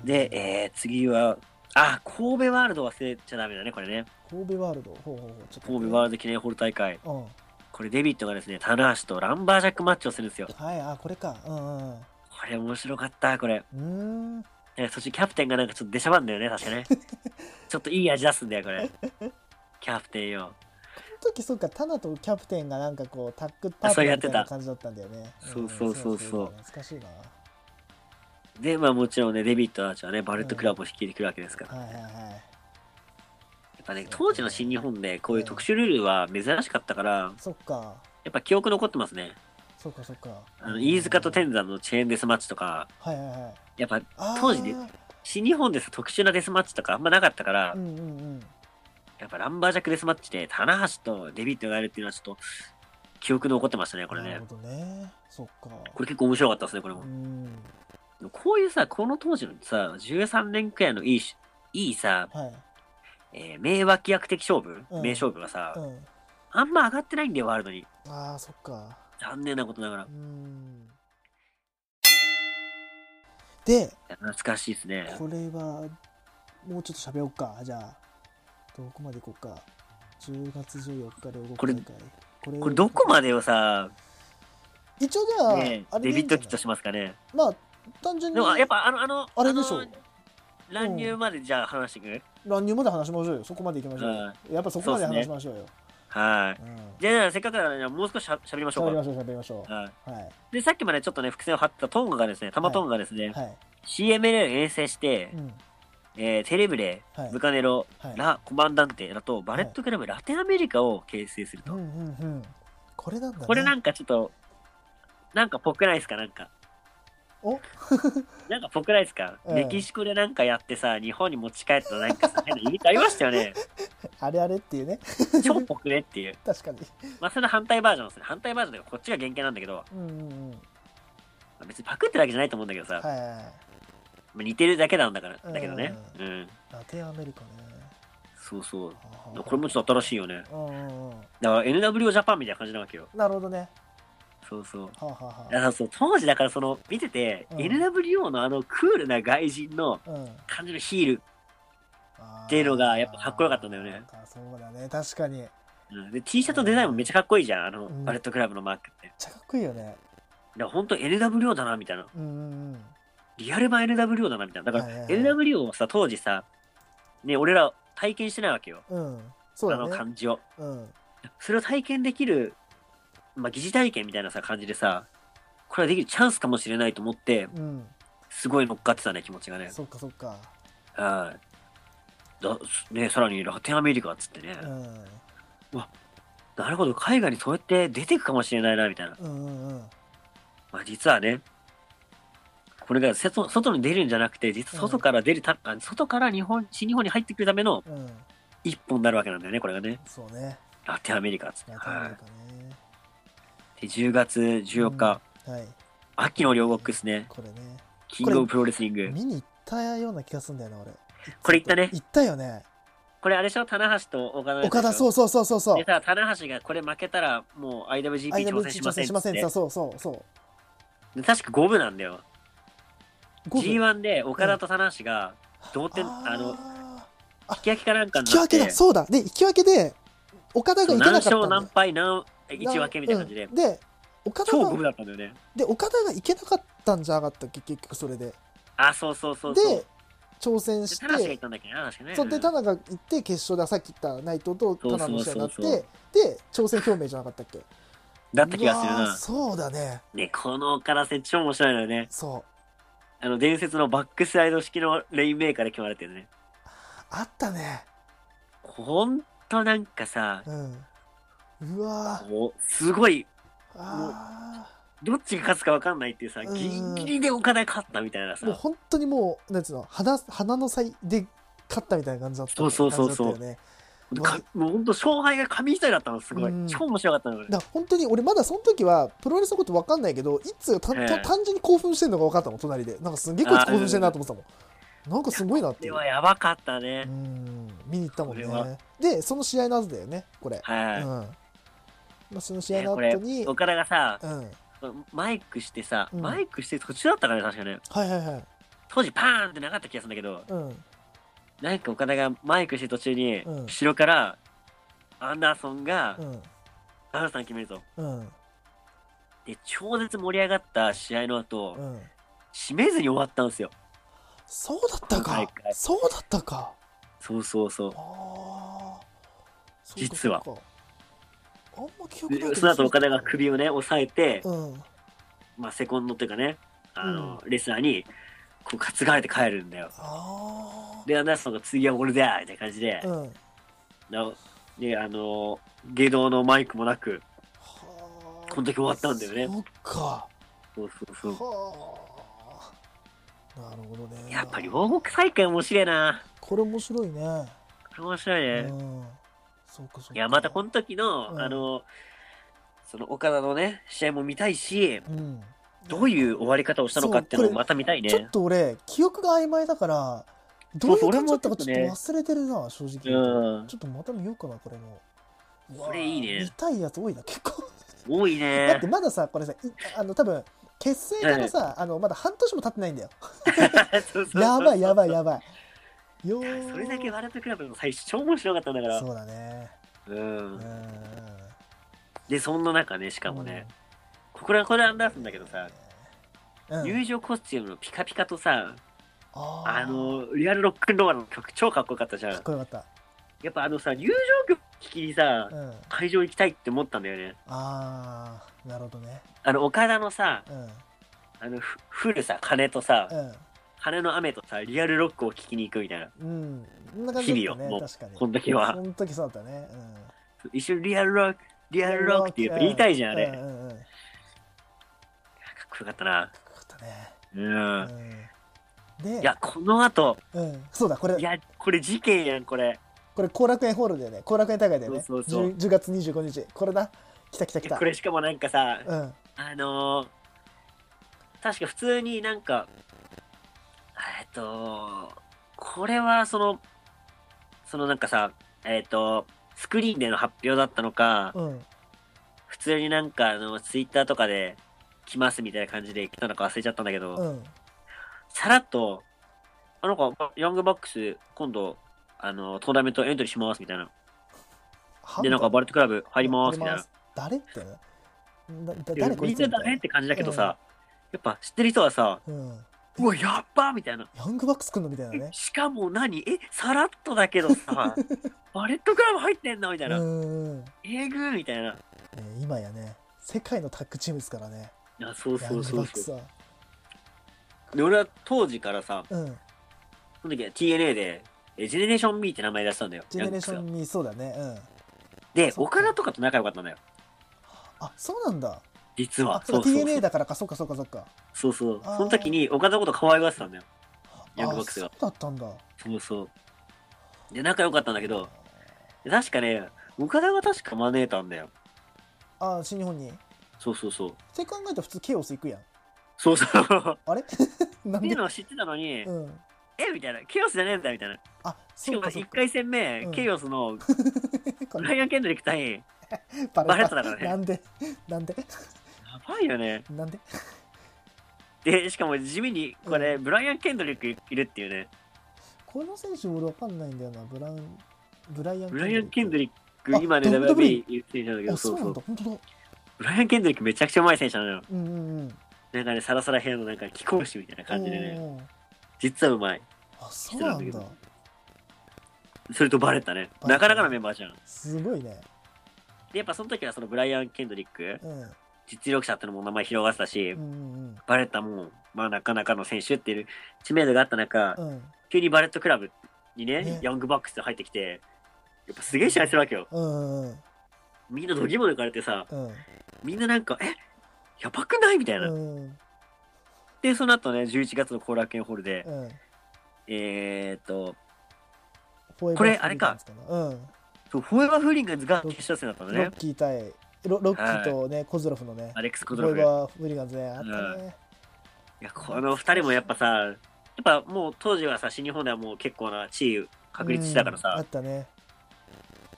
うんで、えー、次は、あ、神戸ワールド忘れちゃダメだね、これね。神戸ワールドほうほうほうちょっと神戸ワールド記念ホール大会。ドうんこれデビットがですね、棚橋とランバージャックマッチをするんですよ。こはい、あ、これか。うれ面白かった、これ。んうんうん。うーん。えーそしてキャプテンがなんかちょっと出しゃばんだよね、確 かね。ちょっといい味出すんだよ、これ。キャプテンよ。その時そうか、タナとキャプテンがなんかこう、タッグパートそうナやーみってたたいな感じだったんだよね。そうそうそうそうん懐かしいな。で、まあもちろんね、デビットたちはね、バレットクラブを率いてくるわけですから。やはいはいはい。っぱね、当時の新日本でこういう特殊ルールは珍しかったから、そっか、やっぱ記憶残ってますね。そっかそっか。あの、飯塚とン。天山のチェーンデスマッチとか、はいはいはい。やっぱあー当時ね新日本でさ特殊なデスマッチとかあんまなかったから、うんうんうん。やっぱランバージャックデスマッチで棚橋とデビットがやるっていうのはちょっと記憶残ってましたねこれなるねほどね。そっか。これ結構面白かったですねこれもう、ん。こういうさこの当時のさ13年くらいのいいしいいさ、はい。えー名脇役的勝負、うん名勝負がさ、うん。あんま上がってないんだよワールドにああ、そっか。残念なことながらうん。で、懐かしいですねこれはもうちょっと喋ろうかじゃあどこまで行こうか10月14日で動こくれ大会これこれどこまでをさ、一応じゃあ,、ねあれデでいビいッんじトゃキなッいとしますかねまあ単純にでもやっぱあのあのあれでしょの乱入までじゃあ話していく、乱入まで話しましょうよそこまで行きましょうよ、やっぱそこまでそうっ話しすねましょうよはいうんじゃあ、せっかくだからね、もう少ししゃべりまし喋ょりうましょう喋りましょか。はい、うはいで、さっきまでちょっとね、伏線を張ってたトンガがですね、タマトンガがですね、はい CML を遠征してう、んえーテレブレ、はいブカネロ、はいラ・コマンダンテだと、バレットクラブ、ラテンアメリカを形成するうと。んうんうんこれなんだねこれなんかちょっと、なんかぽくないですかなんか。お なんかぽくないですか、うんメキシコでなんかやってさ、日本に持ち帰ったなんかさ、変な意味ありました よね。あれあれっていうね。超ぽくねっていう。確かに。まあ、それの反対バージョンですね。反対バージョンでこっちが原型なんだけど、うんうんうん。まあ別にパクってわけじゃないと思うんだけどさ、はいはいはい。まあ似てるだけなんだから、だけどね。うん。ラテンアメリカね。そうそう。はあこれもちょっと新しいよね。うんうんうん。だから NWO ジャパンみたいな感じなわけよ。なるほどね。そうそう。はあ、はだからそう当時だからその見てて、うん NWO のあのクールな外人のあはあ、うん。感じのヒール、っっていうのがやっぱかっこよかったんだよねそうだね。確かに。めっうん、で T シャツのデザインもめっちゃかっこいいじゃんあのうんバレットクラブのマークって、ちゃかっこいいよね。だから本当 NWO だなみたいなうんうんうん。リアル版 NWO だなみたいなだからはいはいはい NWO はさ当時さね俺ら体験してないわけよ、うん。そうあだのね。感じをうん。それを体験できる、まあ、疑似体験みたいなさ感じでさこれはできるチャンスかもしれないと思ってうん。すごい乗っかってたね気持ちがねそっかそっか。はいだねさらにラテンアメリカっつってね、うん。なるほど、海外にそうやって出てくかもしれないな、みたいな。うんうんうん。まあ、実はね、これが外外に出るんじゃなくて、実は外から出るた、あ外から日本、新日本に入ってくるためのうん。一本になるわけなんだよね、これがね。そうね。ラテンアメリカっつって。ラテンアはメリいカね。で10月14日、うん。はい。秋の両国っすね。これね。キングオブプロレスリング。見に行ったような気がするんだよな、俺。これ行ったね行ったよね。これあれでしょ棚橋と岡田のやつでしょ岡田、そうそうそうそうそうで。さ、棚橋がこれ負けたら、もう IWGP 挑戦しませんっつまっせんてさ、。そうそうそう。で確か五部なんだよ。五分 G1 で岡田と棚橋が同点、あの、あ引き分けかなんかーに引きなっ分けてだ、そうだ。で、引き分けで、岡田がそ行うけ何なかった勝んだよ何。敗何一分けみたいな感じで、うんで、岡田超五が、分だったんだよねで、岡田が行けなかったんじゃなかったっけ、結局それで。あそうそうそうそうで、挑戦し田無がいて、たんだっけな確かねそうで、ん田中行って、決勝で、さっき言った内藤と田中の試合になっそうそうて、で、挑戦表明じゃなかったっけ。だった気がするうわーなそうだね。ねこの岡田戦超面白いのよねそう。あの伝説のバックスライド式のレインメーカーで決まれてるねあったね。ほんとなんかさうん。うわーもうすごいあどっちが勝つか分かんないっていうさうんギリギリで岡田が勝ったみたいなーもうさ本当にもうなんつうの花花の祭で勝ったみたいな感じだったそうそうそうそう感じだったよねかもうほんと勝敗が紙一重だったのすごいうん超面白かったのよねだから本当に俺まだその時はプロレスのこと分かんないけどいつがたんええと単純に興奮してるのが分かったもん隣でなんかすんげえこいつ興奮してるなと思ってたもんなんかすごいなっこれてはやばかったうねん見に行ったもんこれはねでその試合の後だよねこれ、はい、うんねまあ、その試合のこ後れに、岡田がさうん、はいマイクしてさ、うんマイクして途中だったからね、確かね。はいはい当時パーンってなかった気がするんだけど、うんなんか岡田がマイクして途中に、うん後ろから、アンダーソンがう、んアンダーソン決めると。うんで、超絶盛り上がった試合の後、うん締めずに終わったんですよ。そうだった今か大会そうだったかそうそうそう。ああ実はあんま記憶ないけでどその後岡田が首をね、押さえて、うんまあ、セコンドっていうかね、あの、レスラーに、こう、担がれて帰るんだよ。あで、アンダーソンが次は俺だみたいな感じであう、んはなで、あの、下道のマイクもなく、あこの時終わったんだよねそっかそうそうそう。はあなるほどねやっぱり両国大会面白いな。これ面白いね面白いうね。んそうかそうかいや、またこの時の、うんあの、その岡田のね、試合も見たいし、うんどういう終わり方をしたのかっていうそうこのれもまた見たいねち。ょっと俺記憶が曖昧だからどういう感じだったかちょっとそう俺も忘れてるな正直うんちょっとまた見ようかなこれもこれいいね見たいやつ多いな結構多 いだっねて。まださこれさいあの多分結成からさ、あのまだ半年も経ってないんだよ そうそうそうやばいやばいやばいよーそれだけワールドクラブの最初超面白かったんだから。そうだねううんん。しで、そんな中ね、しかもね、これはこれアンダーソンだけどさ、うん、入場コスチュームのピカピカとさ、あーあの、リアルロックンローラーの曲超かっこよかったじゃんかっ。こよかった、やっぱあのさ、入場曲聴きにさう、ん、あ会場行きたいって思ったんだよね。あーなるほどねあの、岡田のさ、うんあの、ふ降るさ、鐘とさ、う鐘の雨とさ、リアルロックを聞きに行くみたいな。んうんこんな感じだった日々よもねう確かにこの時はその時そうだったね、うん、一緒にリアルロック、リアルロックってやっぱ言いたいじゃん、あうれ。んうんうんこよかったな。かったね。うん。うん、でいや、この後、うん、そうだ、これい、や、これ事件やん、これ。これ、後楽園ホールだよね。後楽園大会だよね。そうそうそう 10, 10月25日。これだ。来た来た来た。これしかもなんかさ、うん。あのー確か普通になんか、えっと、これはその、そのなんかさ、えっと、スクリーンでの発表だったのか、うん。普通になんかあの、ツイッターとかで来ますみたいな感じで来たのか忘れちゃったんだけど、うん。さらっと、あの子、ヤングバックス、今度、あの、トーナメントエントリーしますみたいな。はで、なんかバレットクラブ入りますみたいな。誰ってなだい誰やこみいんつなみたダメいっなて感じだけどさ、やっぱ知ってる人はさ、うん。うわ、やっばみたいな。ヤングバックスくんのみたいなね。しかも何えさらっとだけど さバレットクラブ入ってんのみたいな、うんうん。ねえぐーみたいな今やね、世界のタッグチームですからね。あそうヤそンうグそバうックスそうは。で俺は当時からさうん。その時は TNA でえジェネレーション B って名前出したんだよジェネレーショヤングンミー、そうだね。うん。でそっか岡田とかと仲良かったんだよあ、そうなんだ。実はあ、そそううか、そうそう TNA だからか、そうか、そうか、そうか。そうそうあーその時に岡田のこと可愛がってたんだよヤングバックスがあそうだったんだ。そうそうで仲良かったんだけどで確かね岡田が確か招いたんだよあ、新日本に。っそうそうそうて考えたら普通、ケオス行くやん。そうそう あれなっんていでうのは知ってたのに、うん。えみたいなケオスじゃねえんだみたいなあ、そしうかもか、そう1か。回戦目、うんケイオスの こブれライアン・ケンドリック対、やババレたからねなんでなんでばいよね。なんでで、しかも地味に、これ、うブライアン・ケンドリックいるっていうね、この選手俺わかんないんだよな、ブラウン、ブライアン・ブライアン・ケンドリリッあク、今ね、 WWE WWE いる選手なんだけど、あ、そそううそなんうだ、。本当だ。ブライアン・ケンドリックめちゃくちゃうまい選手なのよ。うんうんうん。なんかね、サラサラヘアのなんか貴公子みたいな感じでね、おー実はうまい。あ、そうなん人だなんだ。それとバレたね。バレたなかなかのメンバーじゃん。すごいね。で、やっぱその時はそのブライアン・ケンドリック、うん。実力者ってのも名前広がってたしう、んバレたも、まあなかなかの選手っていう知名度があった中うんう、ん。うん急にバレットクラブにね、ねヤングバックスで入ってきて、やっぱすげえ試合するわけよ。うんうんみんな度肝抜かれてさ、うんみんななんか、えやばくないみたいな。うんで、その後ね、11月の後楽園ホールで、うんえーっと、フォーエバーこれあれかフリーランスかそうフォーエバーフーリンガンズが決勝戦だったなのうんロねッ。キー対ロロッキーとねコズロフのねアレックス・フコォドーロエフ。いバーフリーガンズねあったねや、この二人もやっぱさ、やっぱもう当時はさ、新日本ではもう結構な地位確立したからうんあさっ、たね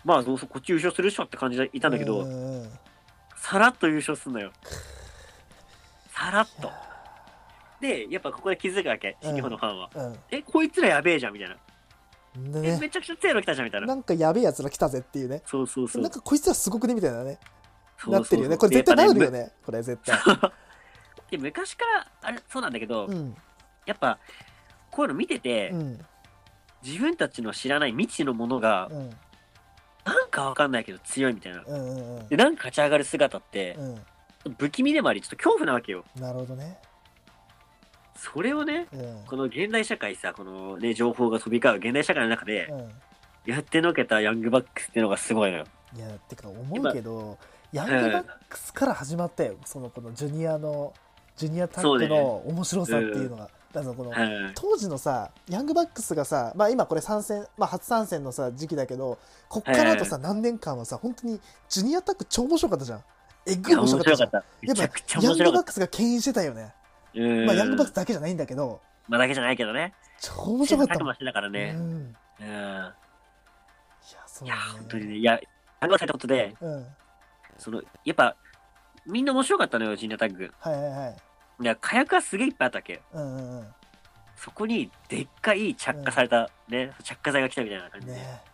まあどうせこっち優勝するっしょって感じでいたんだけど、うんうんうんさらっと優勝すんのよ。さらっと。で、やっぱここで気づくわけ、うん新日本のファンは。うえ、こいつらやべえじゃんみたいな。んえ、ねめちゃくちゃ強いの来たじゃんみたいな。なんかやべえやつら来たぜっていうねそうそうそう。なんかこいつらすごくねみたいなねそうそうなってるよねそこうれ絶対なるよ。でやっねこれ絶対ぱむで昔から、あれ、そうなんだけど、うんやっぱ、こういうの見てて、うん自分たちの知らない未知のものがう、んなんかわかんないけど強いみたいな。うんうんうんで、なんか勝ち上がる姿って、う不気味でもあり、ちょっと恐怖なわけよ。んなるほどねそれをね、うんこの現代社会さ、このね、情報が飛び交う現代社会の中で、うんやってのけたヤングバックスってのがすごいのよ。いやてか思うけどヤングバックスから始まったよ、そのこのジュニアのジュニアタッグの面白さっていうのが、だからこの、はい。当時のさヤングバックスがさ、まあ、今これ参戦、まあ、初参戦のさ時期だけどこっからあとさ、何年間はさ本当にジュニアタッグ超面白かったじゃんえいぐいや、面白面白かったかじゃんった。めちゃくちゃヤ面ング白バかッっクスが牽引してたよね、た。うんまあ、ヤングバックスだけじゃないんだけどまあ、だけじゃないけどね。超面白かったたもんましてたからねう。ん、うん。いいや、やそうだね本当にね。いや、ヤングバックスってことで、うんその、やっぱ、みんな面白かったのよ、ジンニアタッグ。はいはいはいいや、火薬がすげえいっぱいあったわけ。うんうんうそこに、でっかい着火された、ね、着火剤が来たみたいな感んじで、ねえ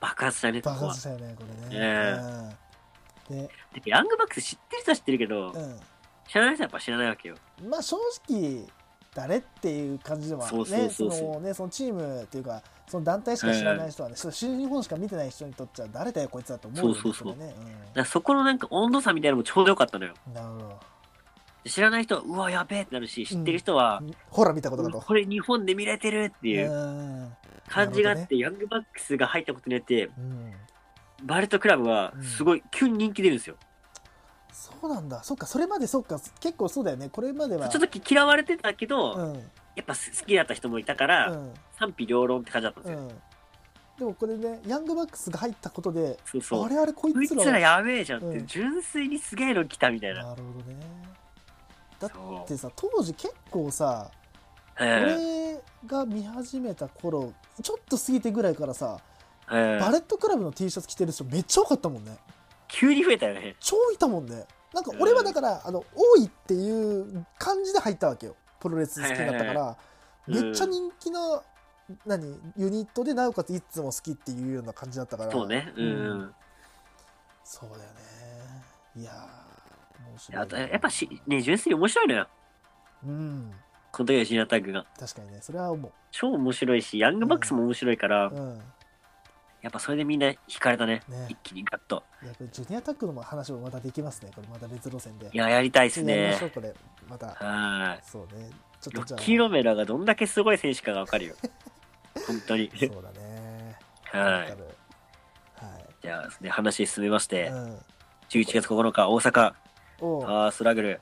爆発したね、こ爆こは発。したよねこれね、ねうんで、でヤングバックス知ってる人は知ってるけど、う知らない人はやっぱ知らないわけよ。ん、まあ正直誰っていう感じではそうそうねそそうそうのねそのチームっていうかその団体しか知らない人はね、そう新日本しか見てない人にとっちゃ誰だよこいつだと思うよねそうそうそうきっとね、だからそこのなんか温度差みたいなのもちょうどよかったのよ。うん、なるほどで知らない人は、うわ、やべえってなるし、知ってる人は、ほら見たことかと、これ日本で見れてるっうていうん感じがあっなるて、ヤングバックスが入ったことによってうん、バレットクラブはすごい急に人気出るんですよ、そうなんだそっかそれまでそっか結構そうだよねこれまではちょっと嫌われてたけど、うんやっぱ好きだった人もいたから、うん賛否両論って感じだったんでうすよ。んでもこれねヤングバックスが入ったことでそうそあう。れあれここいいつつらはらやべえじゃんって、うん純粋にすげえの来たみたいな。なるほどねだっそでさ当時結構さう。うん。俺が見始めた頃ちょっと過ぎてぐらいからさうんバレットクラブの T シャツ着てる人めっちゃ多かったもんね急に増えたよね。超いたもんねなんか俺はだから、あの多いっていう感じで入ったわけよプロレス好きだったから、はいはいめっちゃ人気な、何ユニットでなおかついつも好きっていうような感じだったからそうね。うん。うんそうだよねいやー面白いあと、やっぱし、ね、純粋に面白いのよ。うんこの時のシナタッグが。確かにねそれは思超面白いし、ヤングバックスも面白いから、ううんやっぱそれでみんな惹かれたね。ね一気にガッと。いやこれジュニアタックの話もまたできますねこれまた別路線でいや、やりたいですやりましょうね。これまたはそうねちょい。ロっとじゃッあキー・ロメラがどんだけすごい選手かがわか るよ。本当に。そうだねはわかい。るはいじゃあですね、話進めまして、うん11月9日、大阪、おうパワースラグル。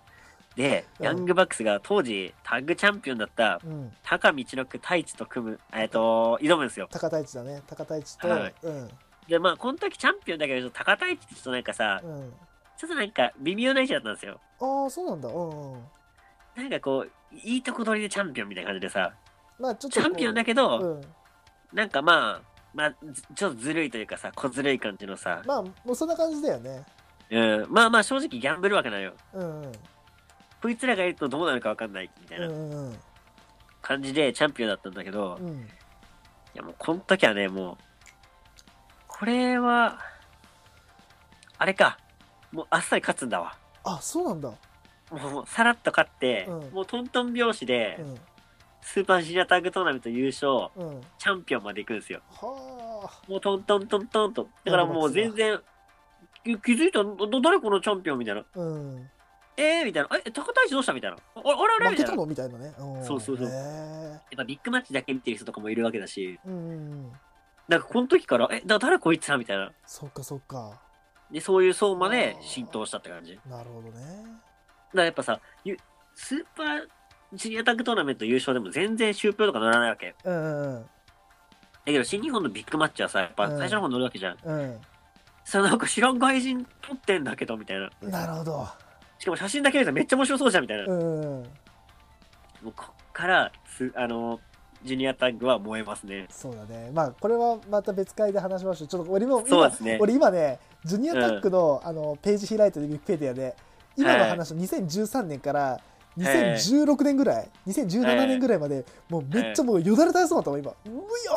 で、うんヤングバックスが当時、タッグチャンピオンだった、うん高道のく太一と組む、えっ、と、挑むんですよ。高太一だね高太一と、はいうんで、まあ、この時チャンピオンだけど、ちょっと高太一ってちょっとなんかさ、うんちょっとなんか微妙な位置だったんですよ。ああそうなんだうんうんなんかこう、いいとこ取りでチャンピオンみたいな感じでさ、まあちょっとチャンピオンだけど、うんなんかまあ、まあ、ずちょっとずるいというかさ、小ずるい感じのさ、まあもうそんな感じだよねうん、まあまあ正直ギャンブルわけないよ。うんうんこいつらがいるとどうなるかわかんないみたいうんなうん感じでチャンピオンだったんだけど、ういんやもうこの時はね、もう、これは、あれか、もうあっさり勝つんだわ。あそうなんだもうもうさらっと勝って、うんもうトントン拍子で、うんスーパージュニアタッグトーナメント優勝、うんチャンピオンまで行くんですよ。はあもうトントントントンと。だからもう全然、気気づいたどど誰このチャンピオンみたいな。うんえー、みたいな。え、高田市どうしたみたいな。ああれあれ負みけたいな。たやのみたいなねんそうそうそうへえっぱビッグマッチだけ見てる人とかもいるわけだし、うんうんうんなんかこの時から、え、だ誰こいつらみたいな。そっかそっかで、そういう層まで浸透したって感じ。だかなるほどねらやっぱさ、ゆスーパージュニアタッグトーナメント優勝でも全然終票とか乗らないわけ。うんうんだけど新日本のビッグマッチはさ、やっぱ最初の方乗るわけじゃん。うんさ、なんか知らん外人撮ってんだけど、みたいな。うんなるほどしかも写真だけ見たらめっちゃ面白そうじゃん、みたいな。うんうんもうこっからす、あの、ジュニアタッグは燃えますね。そうだねまあこれはまた別回で話しましょうちょっと俺もそう今ですね。俺今ねジュニアタックの,、あのページ開いてるウィキペディアで今の話の2013年から2016年ぐらい、2017年ぐらいまで、もうめっちゃもうよだれ垂れそうだったもん今「う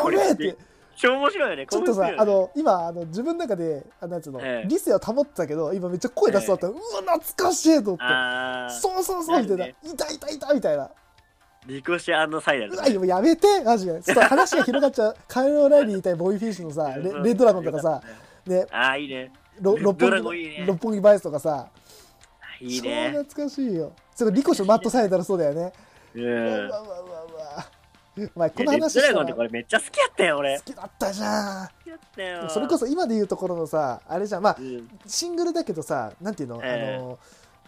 こんやれべえ!」って超面白いよね。ちょっと興奮さするよねあ、の今あの自分の中であなんつうの、ええ理性は保ってたけど今めっちゃ声出そうだった、うわ懐かしいと思ってあーそうそうそうみたいな、なるいたいたいたみ たいなリコシアンのサイダルうとわかねもうやめてマジでちょっと話が広がっちゃうカエル・オライリー対ボーイ・フィッシュの さレレッドラゴンとかさ、ね、ああ、いいね。ろレッ六ド本ラ木ゴのンいいね六本木バイスとかさいいね超。懐かしいよそれリコショマットサイダルそうだよね、うう。んいわうわうわうわお前こやのレッ話ドしたラゴらンって好これめっちゃ好きやったよ、俺。好きだったじゃんきやったよ。それこそ今で言うところのさあれじゃんまあうん。シングルだけどさなんていうの、ええあの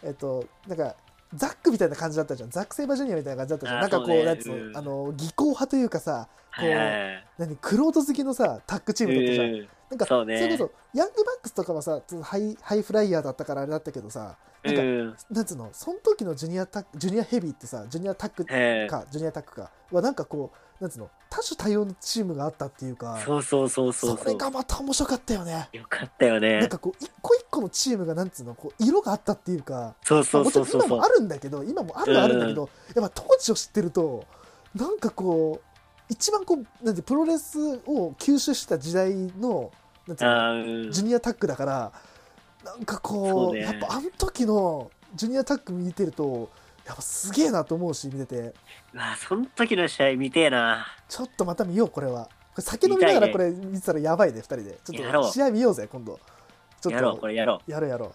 えっとなんかザックみたいな感じだったじゃんザック・セイバージュニアみたいな感じだったじゃんあなんかこうそうねなんつうの、うんあの技巧派というかさこはういはいはい何クロート好きのさタッグチームだったじゃん、うんなんかそうねれこそヤングバックスとかはさちょっとハイハイフライヤーだったからあれだったけどさなんか、うん。なんつうのその時のジュニアタックジュニアヘビーってさジュニアタックか、ええジュニアタックかはなんかこうなんつうの多種多様のチームがあったっていうかそうそうそうそそうそれう。がまた面白かったよねよかったよなんね。かこう一個一個のチームがなんつうのこう色があったっていうかそうそうそうまそあもちろん今う。もあるんだけど今もあるはあるんだけど、やっぱ当時を知ってるとなんかこう一番こうなんてプロレスを吸収してた時代のなんていうのあーうんジュニアタックだからなんかそこううねやっぱあの時のジュニアタック見てるとやっぱすげえなと思うし見ててうわ、その時の試合見てえな。ちょっとまた見ようこれはこれ酒飲みながら見こたれ見てたらやばいね2人でちやょっろとう試合見ようぜ今度ちょっとやろう、これやろやろうやろ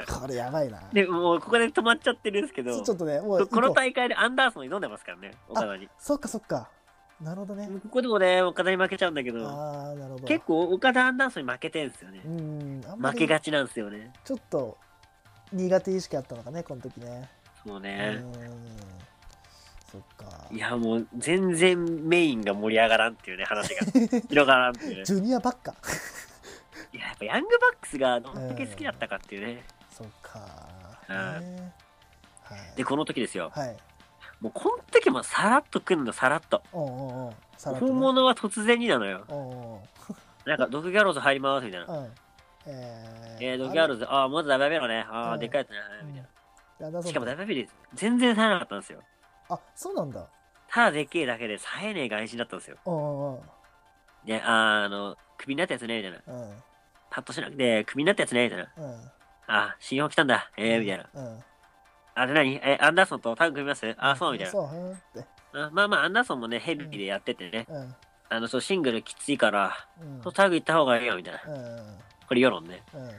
うこれやばいなう。で、もうここで止まっちゃってるんですけどちょ、っとねもこうこの一個大会でアンダーソンに挑んでますからね、岡田に。そっかそっかなるほどねここでもね、岡田に負けちゃうんだけど、ああなるほど結構岡田アンダーソンに負けてんすよねう。んあんま負りけがちなんですよね。ちょっと苦手意識あったのかねこの時ね、そううね。ーんそっかいや、もう、全然メインが盛り上がらんっていうね、話 が。広がらんっていうね。 ジュニアばっかいや、やっぱヤングバックスがどんだけ好きだったかっていうね。そっかうんねはいで、この時ですよ。はいもう、この時もさらっと来んの、さらっと。おうおうおうさらっとね本物は突然になのよ。おうおなんか、毒ギャローズ入ります、みたいな。ううんええー、毒ギャローーズ、ああ、まずダブダベロね。あうあ、んでっかいやつね。あみたういんランダーな。ソンしかもダブダベロ全然冴えなかったんですよ。あそうなんだただでっけえだけで冴えねえ外人だったんですよ。おうおね、あーあの、クビになったやつね、みたいな。うおううんパッとしなくて、クビになったやつね、みたいな。うんあ、新法来たんだ。えー、みたいな。うんあ、で何え、アンダーソンとタッグ組みますあ、そう、みたいそうへんってな。あまあまあ、アンダーソンもね、ヘビーでやっててね。うんあの、そう、シングルきついから、うんそうタッグ行った方がいいよ、みたいな。うんうんこれ世論ね。うん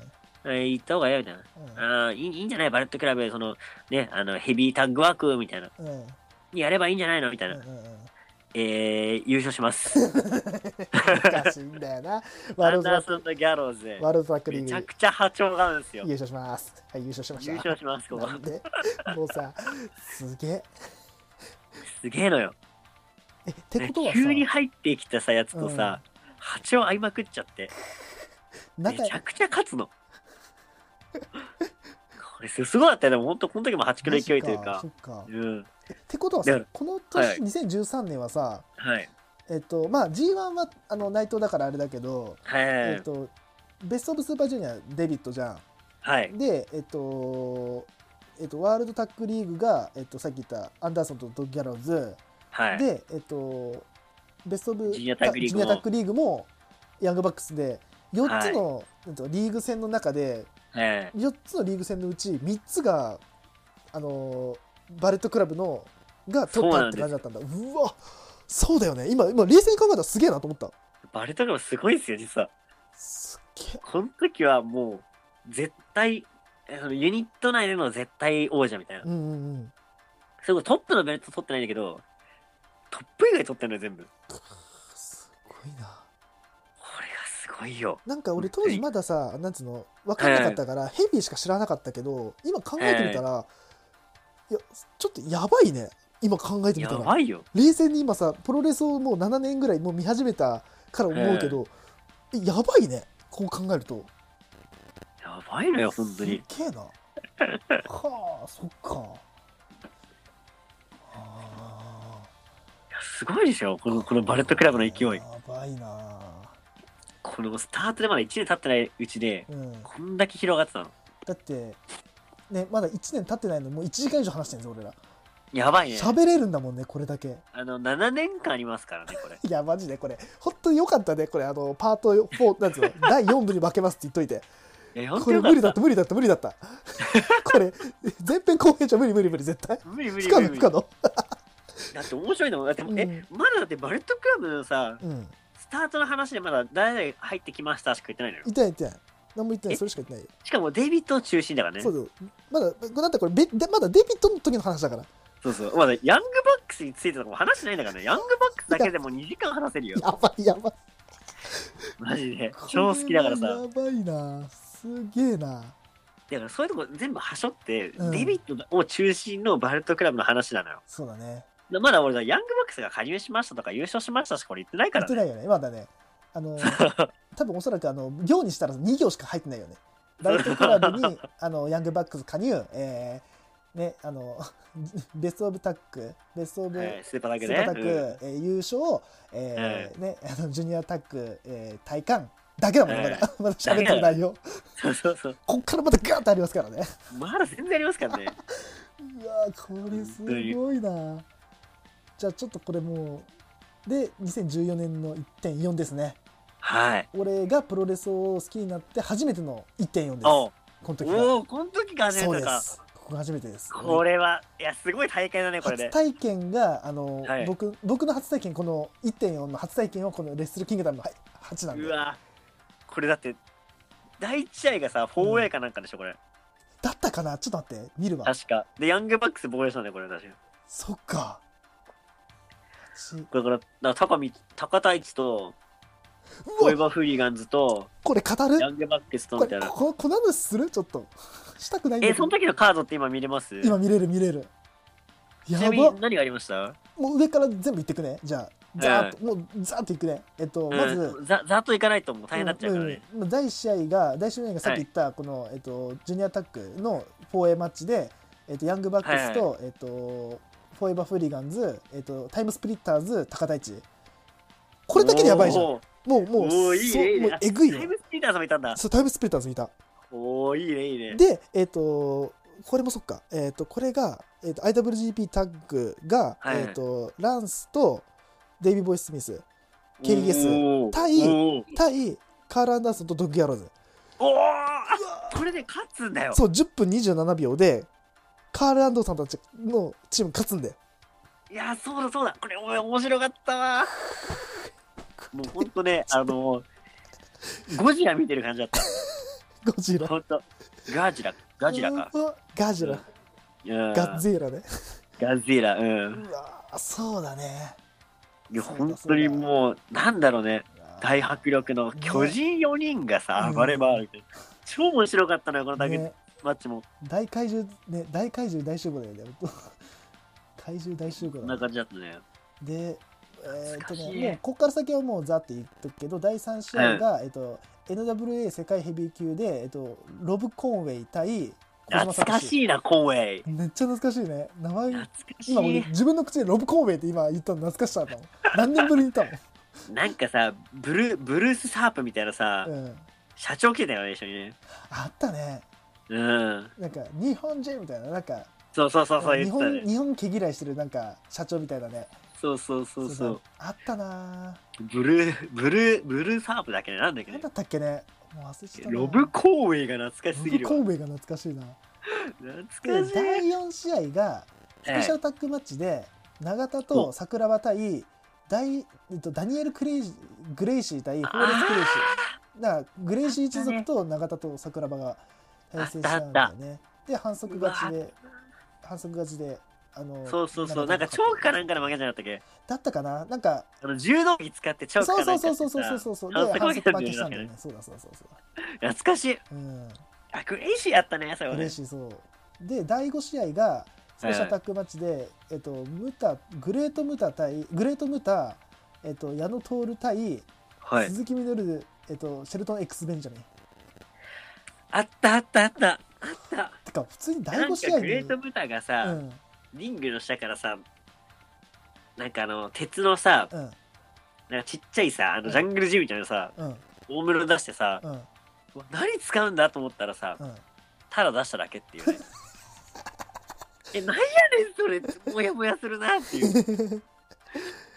え行った方がいいよ、みたいな。あーいいいいんじゃないバレットクラブ、その、ね、あの、ヘビータッグワーク、みたいな。うんうんやればいいんじゃないのみたいな。うんうんうんえー、優勝します。難しいんだよ な。ワアールンドダバーックソンとギャローズ。ワールドバックリめちゃーグくちゃ波長があるんですよ優。勝します。はい、優勝しました。優勝します、ここ。なんでもうさ、すげえ。すげえのよ。え、ってことはさ、急に入ってきたさ、やつとさ、波長合いまくっちゃって。め仲ちゃくちゃ勝つの。これすすごいだったよ。でも本当この時も破竹の勢いというかそ。っかう。ん。えってことはださから、このは年、い2013年はさ、はい。えっと、まあ、G1 はあの内藤だからあれだけど、はい。えっと、ベスト・オブ・スーパージュニア、デビットじゃはいん。。で、えっと、えっと、ワールドタッグリーグが、えっと、さっき言ったアンダーソンとドッグ・ギャローズ、はい。で、えっと、ベスト・オブジュニアタッグリーグジもュニアタッグリーグもヤングバックスで4つの、えっとリーグ戦の中ではい4つのリーグ戦のうち3つがあのーバレットクラブのが取ったって感じだったんだうわそうだよね今今冷静に考えたらすげえなと思ったバレたかもすごいですよ、実は。すっげこの時はもう、絶対、えそのユニット内での絶対王者みたいなえ。うんうんうんそれこそトップのベルト取ってないんだけど、トップ以外取ってんのよ、全部。こすごいなれがすごいよ。なんか俺当時まださなんつうの分かんなかったからヘビーしか知らなかったけど今考えてみたらいやちょっとやばいね今考えてみやたらばいよ。冷静に今さプロレスをもう7年ぐらいもう見始めたから思うけど、えやばいねこう考えるとやばいのよ、本当に。すっげ えなはあそっかあいやすごいでしょ、このこのバレットクラブの勢いや。ばいなこのスタートでまだ1年経ってないうちで、うんこんだけ広がってたの。だってねまだ1年経ってないのにもう1時間以上話してんぞ俺らやばいね。喋れるんだもんねこれだけあの、7年間ありますからね、これ。いやマジでこれ本当によかったねこれあのパート4なんつう の第4部に負けますって言っといていや、本こ当れよ無理かだっったた。無理だった無理だった これ前編後編じゃ無理無理無理絶対無理不無理可無能理不無理。可能だって面白いのもんだって、うんえ、まだだってバレットクラブのさ、うんスタートの話でまだ誰々入ってきましたしか言ってないのよ。痛い痛い何も言ってないえそれしか言ってないよしかもデイビッド中心だからね。そうだよまだだってこれベでまだデビットの時の話だからそうそう。まだヤングバックスについてとかも話してないんだからね。ヤングバックスだけでも2時間話せるよ。やばいやばいマジで。超好きだからこれさ。はやばいなすげえなだからそういうとこ全部はしょって、うんデイビッドを中心のバレットクラブの話なのよ。そうだねだまだ俺さ、ヤングバックスが加入しましたとか優勝しましたしこれ言ってないか言っらてなね。いよねまだねあ の多分おそらくあの行にしたら2行しか入ってないよねバレットクラ ブに あのヤングバックス加入えーねあの ベストオブタックベストオブ、えースーパーだけスーね。パータッグ、えー優勝、えーね、あのジュニアタッグ、えー、体感だけだもんね、まだ、 まだ喋ってる内容、うん、そうそうこっからまたガーッとありますからね。そう。まだ全然ありますからね。うわーこれすごいな。じゃあちょっとこれもう、で、2014年の1.4ですね。はい。俺がプロレスを好きになって初めての1.4です。おこの時が。おおこの時がね、そうとでか。す。ここが初めてです。これは、いや、すごい大会だね、これ初で。体験が、あの、はい僕、僕の初体験、この1.4の初体験はこのレッスルキングダムのはい8なんでう。わこれだって第一試合がさ 4A かなんかでしょこれ、だったかなちょっと待って見るわ確かでヤングバックス防衛したんだよこれ確かそっかちだからだから高見高太一とうホわイバーフリーガンズと、これ語るヤングバッケスとこみたいれな。ここの話するちょっとしたくないんだえ、けそどの時のカードって今見れます今見れる見れるやちなみばに何がありましたもう上から全部言ってくねじゃあざーっと、もうざーっといくねえっと、まず、うん、ざざっといかないともう大変になっちゃうからね。うんうん第1試合が第1試合がさっき言ったこの、えっと、ジュニアタックの 4A マッチで、えっと、ヤングバックスと、えっと、フォーエバーフーリガンズ、えっと、タイムスプリッターズ高田一これだけでやばいじゃんもおーうもうおーいいそうねいいもねうえぐいよタイムスピーターさんもいたんだ。そうタイムスプリッターズ見たおおいいねいいね。でえっとこれもそっかえっとこれが、えっと、IWGP タッグが、はいはいえっと、ランスとデイビー・ボイス・スミスKBS おー対おー対カール・アンダーソンとドッグ・ヤローズおーあこれで勝つんだよ。そう10分27秒でカール・アンドーさんたちのチーム勝つんでいやそうだそうだこれお面白かったわ。もうほん とねあのゴジラ見てる感じだった。ゴジラほんとガジラ ガジラか。うわガジラうんガッゼーラねガジラうん。うわそうだねいや本当にもうなんだろうね大迫力の巨人4人がさね暴れ回る、超面白かったのよこのタッグねマッチも大怪獣ね大怪獣大集合だよね本当 怪獣大集合こだんなね感じだったねでえーっと懐かしねいもうここから先はもうざって言っとくけど第3試合がえっと NWA 世界ヘビー級でえっとロブ・コンウェイ対小島懐か聡しいなコンウェイめっちゃ懐かしいね名前懐かし今俺い自分の口でロブ・コーベイって今言ったの懐かしさだったもん何年ぶりに言っなんかさブルーブルース・サープみたいなさた、もん、うん、社長来てたよね一緒にねあったねうんなんか日本人みたいななんかそうそうそうそう日言ってた本ね日本毛嫌いしてるなんか社長みたいなねそうそうそうそそううあったなブルーブルーブルーサープだっけねなんだっけ何ねだったっけねもう忘れちゃったなロブ・コンウェイが懐かしすぎるわロブコーベイが懐かしいな懐でかしい、第4試合がスペシャルタッグマッチで永田と桜庭対大、えっと、ダニエル・クレイジグレイシー対ホーレス・クレイシーだからグレイシー一族と永田と桜庭が対戦したんだよねで反則勝ちうわで反則勝ちであのそうそうそうな永田んかがチ勝っョークかなんかの負けじゃなかったっけだったかななんかあの柔道着使ってチョークそうかそなうんそうそうそうそうそうかやってさで反則反負け則た負んだけよしねたなんんだかよねねそうだそうだそうだ懐かしいうんあグレイシーやったねそれはグレイねシーそうで第5試合がスペシャルタッグマッチで、えっと、ムタグレートムタ対グレートムタ、えっと、矢野徹対はい鈴木みのる、えっと、シェルトン X ベンジャミンあったあったあったあったてか普通に第な5んか試合グにレートブタがさ、うんリングの下からさなんかあの鉄のさうんなんかちっちゃいさあうんのジャングルジムみたいなさうん大室出してさうんうわ何使うんだと思ったらさうんただ出しただけっていう ねえなんやねんそれモヤモヤするなっていう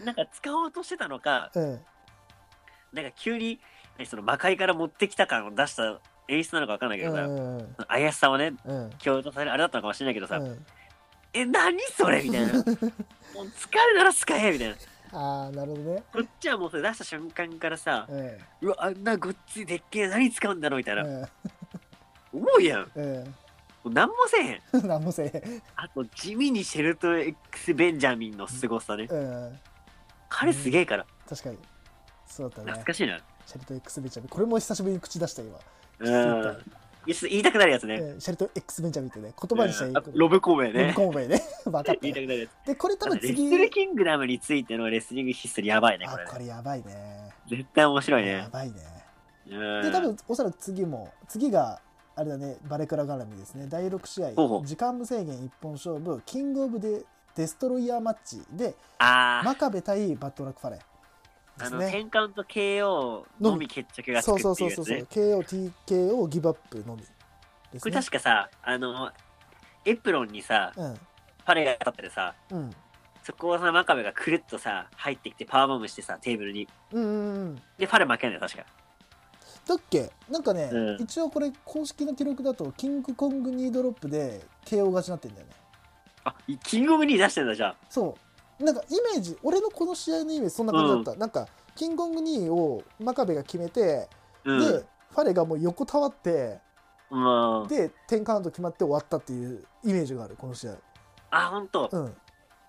なんか使おうとしてたのかうんなんか急に何その魔界から持ってきた感を出した演出なのか分かんないけどさ、うん怪しさはねうん強調されるあれだったのかもしれないけどさ、うんえ何それみたい なもう疲れたら使えみたいなああなるほどねこっちはもうそれ出した瞬間からさうんうわあんなごっついでっけえ何使うんだろうみたいな、うん思うやんもう何もせえへんうん なんもせえあと地味にシェルトン X ベンジャミンの凄さね、へんうん彼すげえから確かにそうだったね懐かしいな、シェルトン X ベンジャミンこれも久しぶりに口出した今うんいやちょっと言いたくなるやつね、うんシェルトン X ベンジャミンってね言葉にしたらいいあロブコメロブねコンウェイね 分かった言いたくなるやつでこれ多分レッ次スルキングダムについてのレスリングヒストリーやばいね、こあれね。これやばいね絶対面白いねや。ばいねうんで多分おそらく次も次があれだねバレクラ絡みですね第6試ほうほ合う時間無制限一本勝負キングオブデデストロイヤーマッチであ真壁対バットラックファレーー、であすの、ね転換と KO のみ決着がつくそっうていそううそうやつそうそうね。 KOTKO ギブアップのみでこすれね確かさ、あの、エプロンにさ、パレが立っててさ、うんうんそこをさ、真壁がくるっとさ、入ってきてパワーボムしてさ、テーブルに。うんうんうんで、ファレ負けんだよ、確か。だっけなんかね、うん一応これ公式の記録だとキングコングニードロップで KO 勝ちになってんだよねあ、キングオブ2出してんだ、じゃあ。そうなんかイメージ俺のこの試合のイメージそんな感じだった、なんかキングコングニーを真壁が決めて、うでん。ファレがもう横たわってまあ、で10カウント決まって終わったっていうイメージがあるこの試合あ、ほんと。うん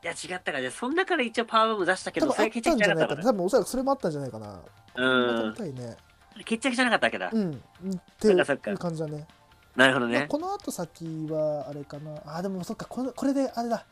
いや、違ったかね。その中で一応パワーボム出したけ多ど、分そあれっ決た着んじじゃゃなないかかな。った多分おそらくそれもあったんじゃないかな。な。う食んべ。たいね。決着じゃなかったわけだう。ん。うんっていそっかそっかう感じだね。なるほどまあね。この後先はあれかな。あ、でもそっか、これこれであれだ。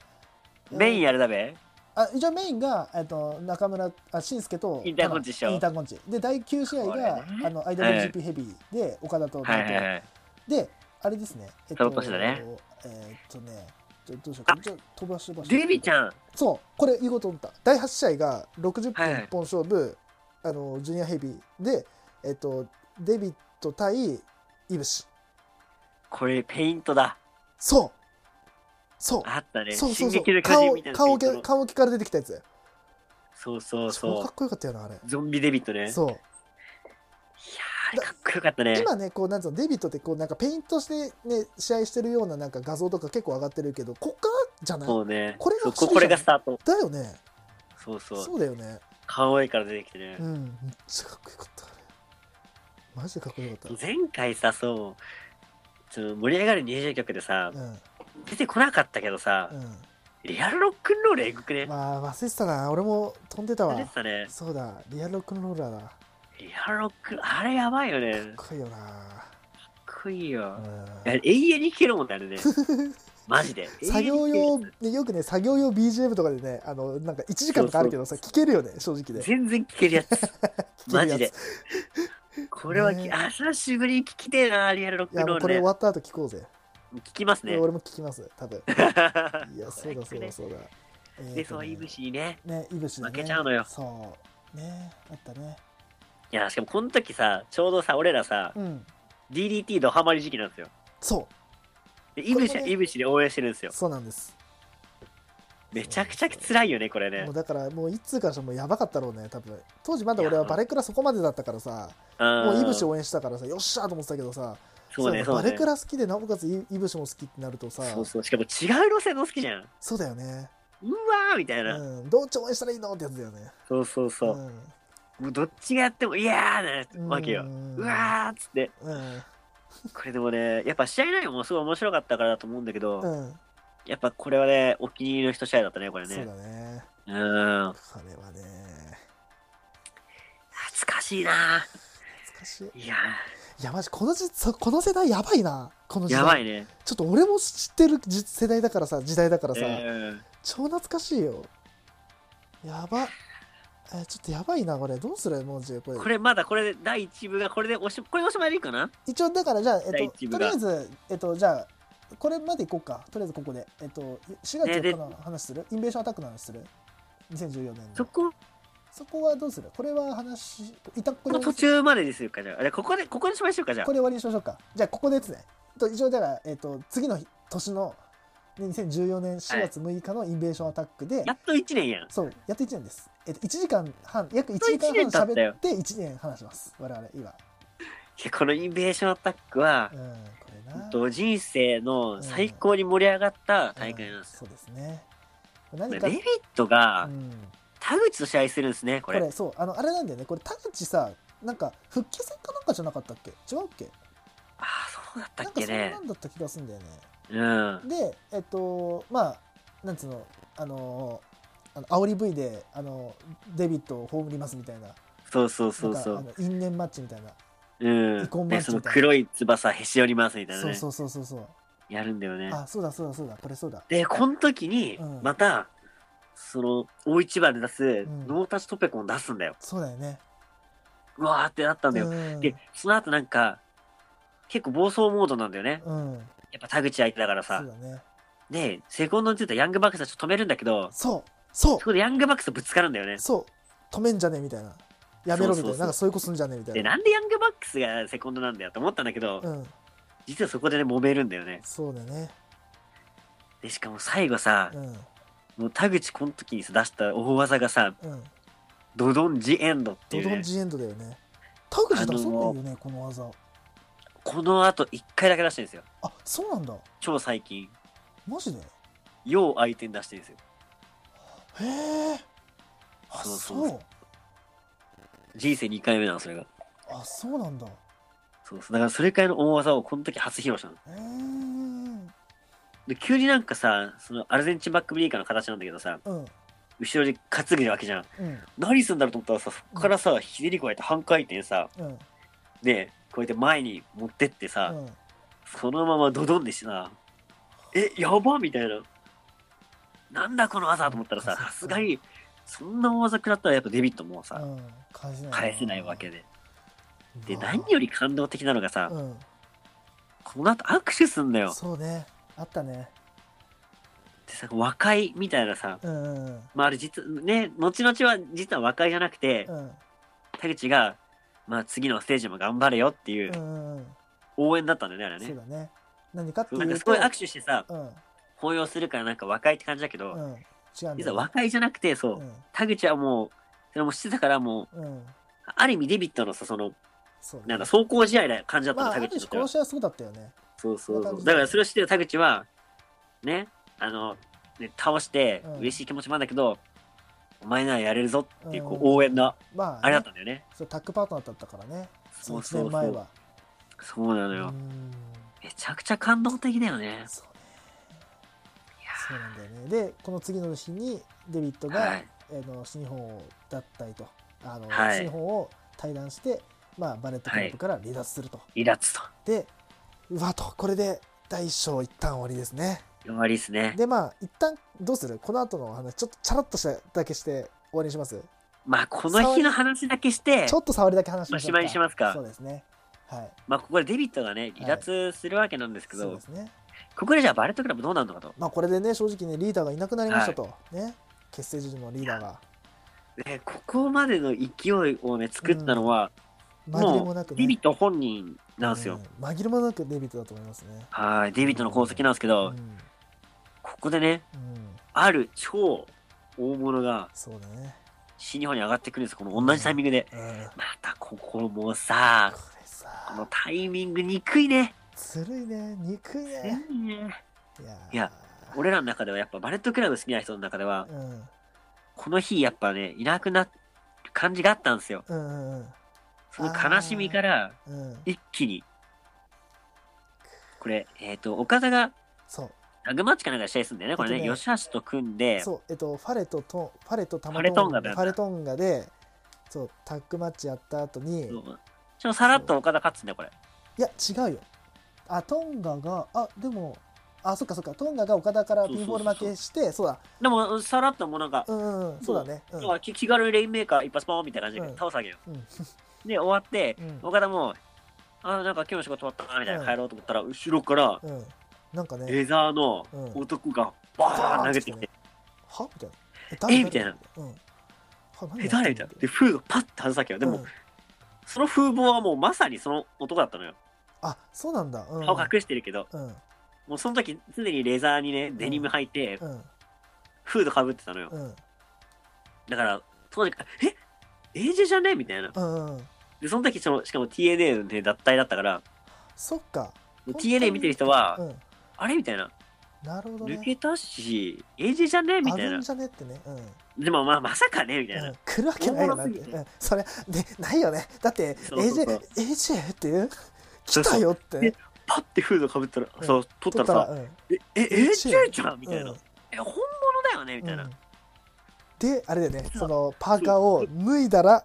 メインや。やるだべ。あ、一応メインが、えっと、中村、あ、しんすけと、インターコンチでしょインターコンチ。で、第9試合これがね、あの、IWGP ヘビーで、岡田と、はいはいはい。で、あれですね。えっその年だね。えっとね、ちょどうしようか。あじゃあ飛ばして飛ばして。デビちゃん。そう、これ言うこと思った。第8試合が60はい分一本勝負、あのジュニアヘビーで、えっと、デビット対イブシ。これ、ペイントだ。そうそうあったね。そうそ進うそう撃の巨人顔みたいなペイ顔ント系の。顔系から出てきたやつそうそう超かそっこよかったよなあれう。ゾンビデビットね。いやそうー、かっこよかったね。今ねこうなんつうのデビットってこうなんかペイントしてね試合してるようななんか画像とか結構上がってるけどこっからじゃないそうね。これがそう不思議これがじスタート。だよねそうそう。そうだよね可愛いから出てきてねう。んめっちゃかっこよかったあれマジでかっこよかっ前回さ、そう、その盛り上がる入場曲でさた、うん出てこなかったけどさ、うんリアルロックンロールエグくね。まあ忘れてたな俺も飛んでたあれわさね、そうだリアルロックンローラーだかリアルロック、あれやばいよね。かっこいいよなっこいいよ。うんいや永遠に聴けるもんね、あれ ね。マジで。作業用永遠に聴けるねよくね作業用 BGM とかでねあのなんか1時間とかあるけどさ聞けるよね正直で全然聴 けるやつ。けるやマつジで。これはき、ねあ、久しぶりに聴きてえな、リアルロッいクやンロもうーこれル終ね。わった後聞こうぜ、聴きますね。 俺も聞きます多分 いやそうだそうだそうだえーとねで、そう、イブシにね。ねイブシね負けちゃうのよそうねあったねいや、しかもこの時さ、ちょうどさ、俺らさ、うん DDT ドハマり時期なんですよ。そでイブシこれはもねイブシで応援してるんですよう。そうなんですめちゃくちゃ辛いよね、これねもう。だからもう一通からしたらもうやばかったろうね多分当時まだ俺はバレクラそこまでだったからさももうイブシ応援してたからさよっしゃーと思ってたけどさそうね、さそうバレねク。ラ好きでなおかつイイブシも好きってなるとさそうそう。しかも違う路線の好きじゃん。そうだよね、うわーみたいな。うん、どっち応援したらいいのってやつだよねそうそうそう。もうどっちがやっても、いやーうんなわけよう。んうわーっつって。うんこれでもね、やっぱ試合内容もすごい面白かったからだと思うんだけど、うんやっぱこれはね、お気に入りの一試合だったね、これそうね。だねうーん。これはね懐かしいな懐かしいーいやいやマジこのじそこの世代やばいなこのー時代やばいね。ちょっと俺も知ってるじ世代だからさ時代だからさ、うん超懐かしいよやばえーちょっとやばいなこれどうするもうじこれこれまだこれで第1部がこれでおしこれでおしまいでいいかな一応だからじゃあ、えっ第と、一と部りあがえずえっとじゃあこれまでいこうかとりあえずここでえっと4月ね4で日の話するインベーションアタックの話する2014年そのこそこはどうするこれは話いたここれのは途中まででするかじゃあ。あれここで、ここでおしまいしようかじゃあこ。れ終わりにしましょうか。じゃあ、ここでですね。と一応、だから、えっ、と、次の日年の2014年4月6日のインベーションアタックで、やっと1年やん。そう、やって1年です。えっ、と、1時間半、約1時間一年半経っ喋たよって1年話します。我々、今。いやこのインベーションアタックはう、ん、これな。と人生の最高に盛り上がった大会なんですよ。うんそうですね。で何か、デうビットがん、田口と試合するんですね、ここれ。れ、そう、あの、あれなんだよね。これ、田口さ、なんか、復帰戦かなんかじゃなかったっけ違うっけああ、そうだったなっんか、けそんねな。んだった気がするんだよね。うん。でえっとまあなんつうのあのーあの煽り V であのデビットを葬りますみたいなそうそうそうそなんう。かあの因縁マッチみたいな、うん遺恨。マッチみたいなで、その黒い翼へし折りますみたいなそうね。そうそうそうそうやるんだよね。あそうだそうだそうだこれそうだで、この時にうん、また、その、大一番で出す、んノータッチトペコン出すんだよ。そうだよねうわーってなったんだよ。うんで、その後なんか、結構暴走モードなんだよね。うんやっぱ田口相手だからそさう。だねで、セコンドについたヤングバックスはちょっと止めるんだけど、そうそそこでヤングバックスとぶつかるんだよねう。そう止めんじゃねえみたいなやめろみたいなそうそうそうなんかそういうことすんじゃねえみたで、いななんでヤングバックスがセコンドなんだよと思ったんだけど、うん実はそこでね、揉めるんだよね。そうだねで、しかも最後さう、んもう田口この時にさ出した大技がさ、うんドドンジエンドってドいう、ドンね、ジエンドだよね田口出さないよねこの技この後一回だけ出してるんですよ。あそうなんだ超最近、マジでよう相手に出してるんですよ。へえあそうそうそう人生2回目なの、それが。あそうなんだそうそう。だからそれくらいの大技をこの時初披露したの。うーんで急になんかさ、そのアルゼンチンバックブリーカーの形なんだけどさ、うん後ろで担ぐわけじゃん。うん何するんだろうと思ったらさ、そこからさ、ひねり加えて半回転さ、うんで、こうやって前に持ってってさ、うんそのままドドンでしてな、え、やばみたいな。なんだこの技と思ったらさ、さすがに、そんな大技食らったらやっぱデビットもうさ、うん返せない返せないわけで。で、うわ何より感動的なのがさ、うんこの後握手すんだよ。そうねあったねでさ、和解みたいなさ、うんうんまあ、あれ実、ね、後々は実は和解じゃなくて、うん田口が、まあ次のステージも頑張れよっていううんうんうん応援だったんだよね、あれそうね。だね何かってなんいかうすとごい握手してさ、うん抱擁するからなんか和解って感じだけど、うん違うんだ実はよ和解じゃなくて、そう、田口はもう、それもしてたからもう、うんうんある意味デビットのさ、その、そうなんだ、だ走行試合な感じだったまの、ああ田る種口にとっては殺しはそうだったよねそうそうまそう。ただからそれを知ってる田口は、ね、あの、ね、倒してうん嬉しい気持ちもあるんだけど、お前ならやれるぞっていう、こう、うん応援の、まああれだっねたんだよね。そうタッグパートナーだったからねそそのう1そう年前そう。はそうなのうよ。んめちゃくちゃ感動的だよね。そうねそうなんだよねでこの次の日にデビッドが、はい。あの新日本を脱退とあの、はい新日本を退団して、まあ、バレットクラブから離脱すると、イラッツと。でうわとこれで第一章一旦終わりですね終わりですね。でまあ一旦どうするこの後のお話ちょっとチャラッとしただけして終わりにしますまあ、この日の話だけしてちょ、っと触りだけ話しましょうおしまいにしますかそうですねはいまあ、ここでデビットがね、離脱するわけなんですけそうどで、すねここでじゃあバレットクラブどうなるのかと。まあこれでね正直ねリーダーがいなくなりましたと、ね結成時のリーダーがね、ここまでの勢いをね、作ったのは、紛れもなくデビねット本人なんですよ。うん紛れもなくデビットだと思いますねはい、デビットの功績なんですけうど、ん、ここでね、うん、ある超大物がそうだね新日本に上がってくるんです、この同じタイミングで。うんまたここもさこ、れこのさタイミング憎いね。ずるいね憎いねいいねいやーいや俺らの中ではやっぱバレットクラブ好きな人の中では、うんこの日やっぱね、いなくなる感じがあったんですよ。うんうんその悲しみからうんうん一気に。これ、えっ、と、岡田がそうラグマッチかなんかで試合するんだよね、これね。えっとね吉橋と組んで、そうえっとファレとトファレとタマファレトンガだよねファレトンガでそうタッグマッチやった後にそうちょっとさらっと岡田勝つんだよ、これ。いや違うよあトンガがあでもあそっかそっかトンガが岡田からピンボール負けしてそうだでも、さらっともうなんか、うんうんうんそうだねうんまあ気気軽にレインメーカー一発ポーンみたいな感じでうん倒すわけよ。うんで、終わって、うん岡田も、あ、なんか今日の仕事終わったな、みたいなうん帰ろうと思ったら、後ろから、うんなんかねレザーのうん男がバーン投げてきて、はみたいなえ誰えみたいなうんは何やっえ、てんの誰みたいな。で、フーがパッて外すわけよ。でも、うんその風貌はもうまさにその男だったのよ。あそうなんだうん顔隠してるけど、うんもうその時常にレザーにね、デニム履いて、うんフードかぶってたのよ。うんだから、当時から、えエージェじゃねみたいな。うんうんで、その時、そのしかも TNA の、ね、脱退だったから、そっかもう TNA 見てる人は、うんあれみたいな。なるほど抜ねけたし、エージェじゃねみあたいる。なんじゃねってねうんでも、まあ、まさかねみたいな。来るわけないよなって、大物すぎてうんそれでないよねだってそうそうそう AJ, AJ っていう来そうそうたよってでパッてフードかぶったら、うんそう、取ったらさ、うんえ、え、エージェじゃんみたいな。うんえ、本物だよねみたいな。うんであれだよねそうそのパーカーを脱いだら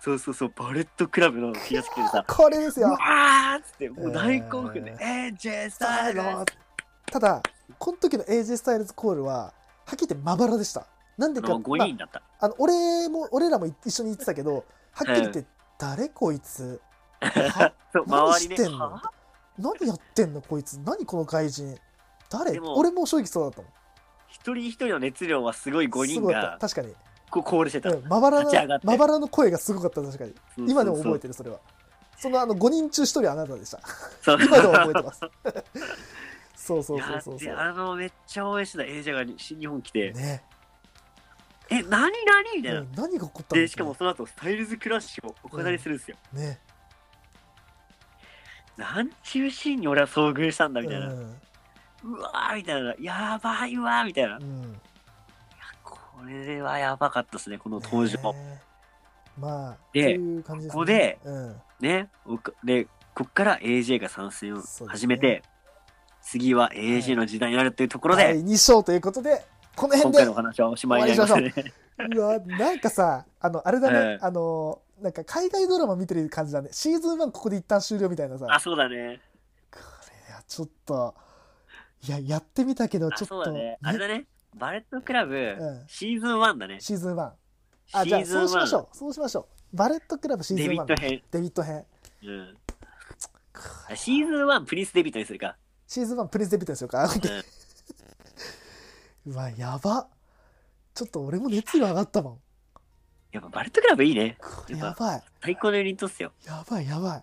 そうそうそう、バレットクラブの気がつけ てさ、これですうよわーっつって、もう大興奮で、うんエージェスタさイルあただこの時の AJ スタイルズコールははっきり言ってまばらでしたなんでか、の5人だった。あの俺も俺らも一緒に言ってたけどはっきり言って、誰こいつはそう、何 周りしねてん、の、は何やってんのこいつ何この外人誰でも俺も正直そうだったもん一人一人の熱量はすごいす5人ごかがった確かに、こうコールしてた。うん、まばら立ち上がっのてまばらの声がすごかった確かに今でも覚えててるそれはそのあの5人中1人あなたでしたる今でも覚えて ますそうそうそうそういそやうであのめっちゃ応援してた AJ が新日本来て、ねえ何何みたいな、うん何が起こったのでしかもその後スタイルズクラッシュをお飾りするんですよ、ねなんちゅうシーンに俺は遭遇したんだみたいな、ううんわーみたいなやばいわーみたいな、うんこれはやばかったですねこの登場ねねまあでっていう感じすねここでうんおかでこっから AJ が参戦を始めそうて、で次は AJ の時代になるというところで、第2章ということで、この今辺回でのお、話はおしまいになりますね。うわ、なんかさ、あの、あれだね、はいあの、なんか海外ドラマ見てる感じだね。シーズン1ここで一旦終了みたいなさ。 あ、そうだね。これはちょっと、いや、やってみたけど、あ、ちょっそうと、だね。あれだね。バレットクラブ、うんシーズン1だね。シシーズン1。あ、じゃーあ、ズンそうしまし1、ょう。そうしましょう。バレットクラブシーズン1。デビット編。デビット編。うん。くあシーズン1、プリンスデビットにす るか。シーズン1プリンスデビットにしようか。うんうわ、やば。ちょっと俺も熱が上がったもん。やっぱバレットクラブいいね。これやばい。最高のユニットっすよ。やばいやばい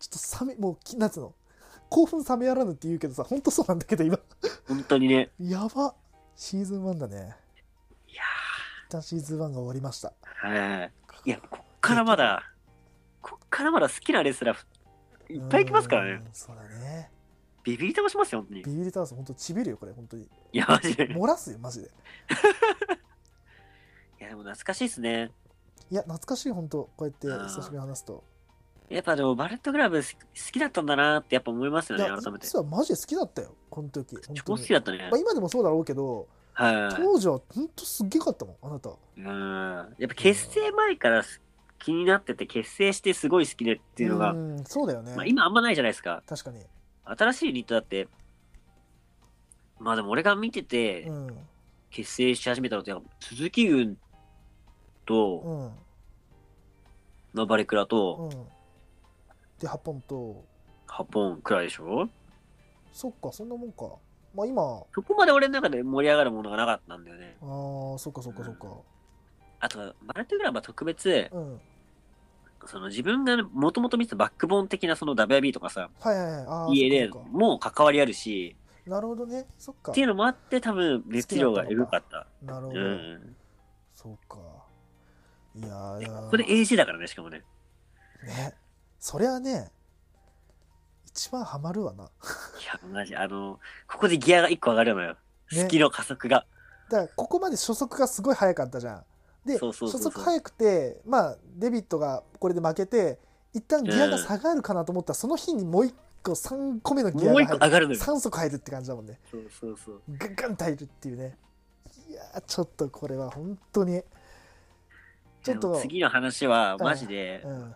ちょっと冷めもうきなんつうの興奮冷めやらぬって言うけどさほんとそうなんだけど今本当にね。やばシーズン1だねいや一旦シーズン1が終わりましたーはい。いや、こっからまだ、こっからまだ好きなレスラーいっぱい来ますからうね。んそうだねビビり倒しますよ、本当に。いビビリタワースほんとちびるよこれ本当にや、マジで。い漏らすよマジでや、でも懐かしいっすね。いや懐かしい本当こうやってうん久しぶりに話すとやっぱでも、バレットクラブ好き好きだったんだなってやっぱ思いますよいね、や改めて。実はマジで好きだったよこの時本超当好にきだったねまあ。今でもそうだろうけどは当時は本当すっげえかったもんあなたい。うん。やっぱ結成前からす気になってて、結成してすごい好きでっていうのが、んそうだよねまあ今あんまないじゃないですか。確かに新しいユニットだって、まあでも俺が見ててう、ん結成し始めたのって、やっぱ鈴木軍うと、んまあバレクラと、うんで8本とハポンくらいでしょそっかそんなもんかまあ今そこまで俺の中で盛り上がるものがなかったんだよね。あーそっかそっかそっかあとは、バレットグラブは特別、うん、その自分がもともと見てたバックボーン的なその WIB とかさ、はいはいはいあー ELA そっかそっかも関わりあるし、なるほどねそっかっていうのもあって多分熱量がエグかった。なるほうど、ん。そうかいやーいやーこれ AG だからね、しかもね。ねそりゃね一番ハマるわないや、マジ、あの、ここでギアが一個上がるのよ。ね好きの加速が。だからここまで初速がすごい速かったじゃんでそうそうそうそう初速速くてまあデビットがこれで負けて一旦ギアが下がるかなと思ったら、その日にもう一個3個目のギアもうが一入個上るがるのよ。 3速入るって感じだもんねそうそうそう。ガンガン耐えるっていうねいやーちょっとこれは本当にちょっでとも次の話うは、んマジでう、ん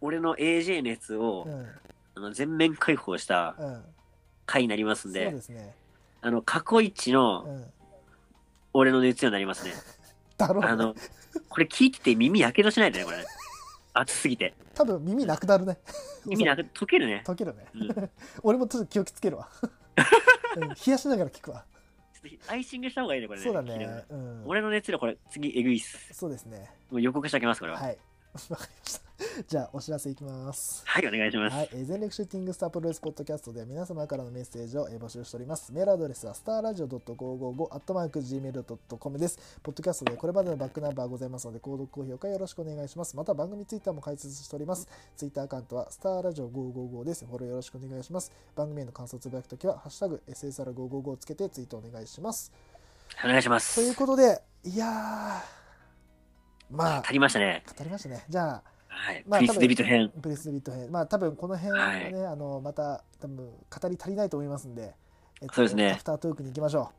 俺の AJ 熱をう、んあの全面解放したうん回になりまそすうんで、ですねあの、過去一のうん俺の熱量になりますね。だろあうねの、これ聞いてて耳やけどしないでね、 これね。熱すぎて。多分耳なくなるね耳なく、溶けるね。溶けるねうん、ちょっ 俺もちょっと気をつける わ、うん冷やしながら聞くわとアイシングした方がいいね、これね。そうだ聞きながらねうん俺の熱量、これ、次、えぐいっす。そうですねもう予告しておきます、これは。はい わかりましたじゃあお知らせいきますはい、お願いします。はい、えー全力シューティングスタープロレスポッドキャストでは皆様からのメッセージを、えー募集しております。メールアドレスはスターラジオ .555-gmail.com です。ポッドキャストでこれまでのバックナンバーございますので、購読、高評価よろしくお願いします。また番組ツイッターも開設しております。ツイッターアカウントはスターラジオ555です。フォローよろしくお願いします。番組への感想をつぶやくときは、ハッシュタグ SSR555 をつけてツイートお願いします。お願いしまというす。ことで、いやー、まあ、足りましたね。語りましたね。じゃあ、はい。まあプリンス・デビット編。プレスビット編、まあ多分この辺はね、はあのまた多分語り足りないと思いますんで、えっとそうですねアフタートークに行きましょ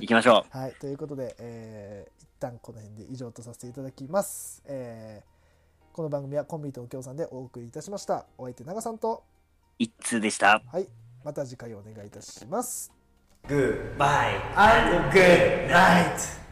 いきましょう。はい、ということで、えー一旦この辺で以上とさせていただきます。えーこの番組はコンビとお協賛でお送りいたしました。お相手長さんと、う。一通でした。はい、また次回お願いいたします。 Goodbye and good night.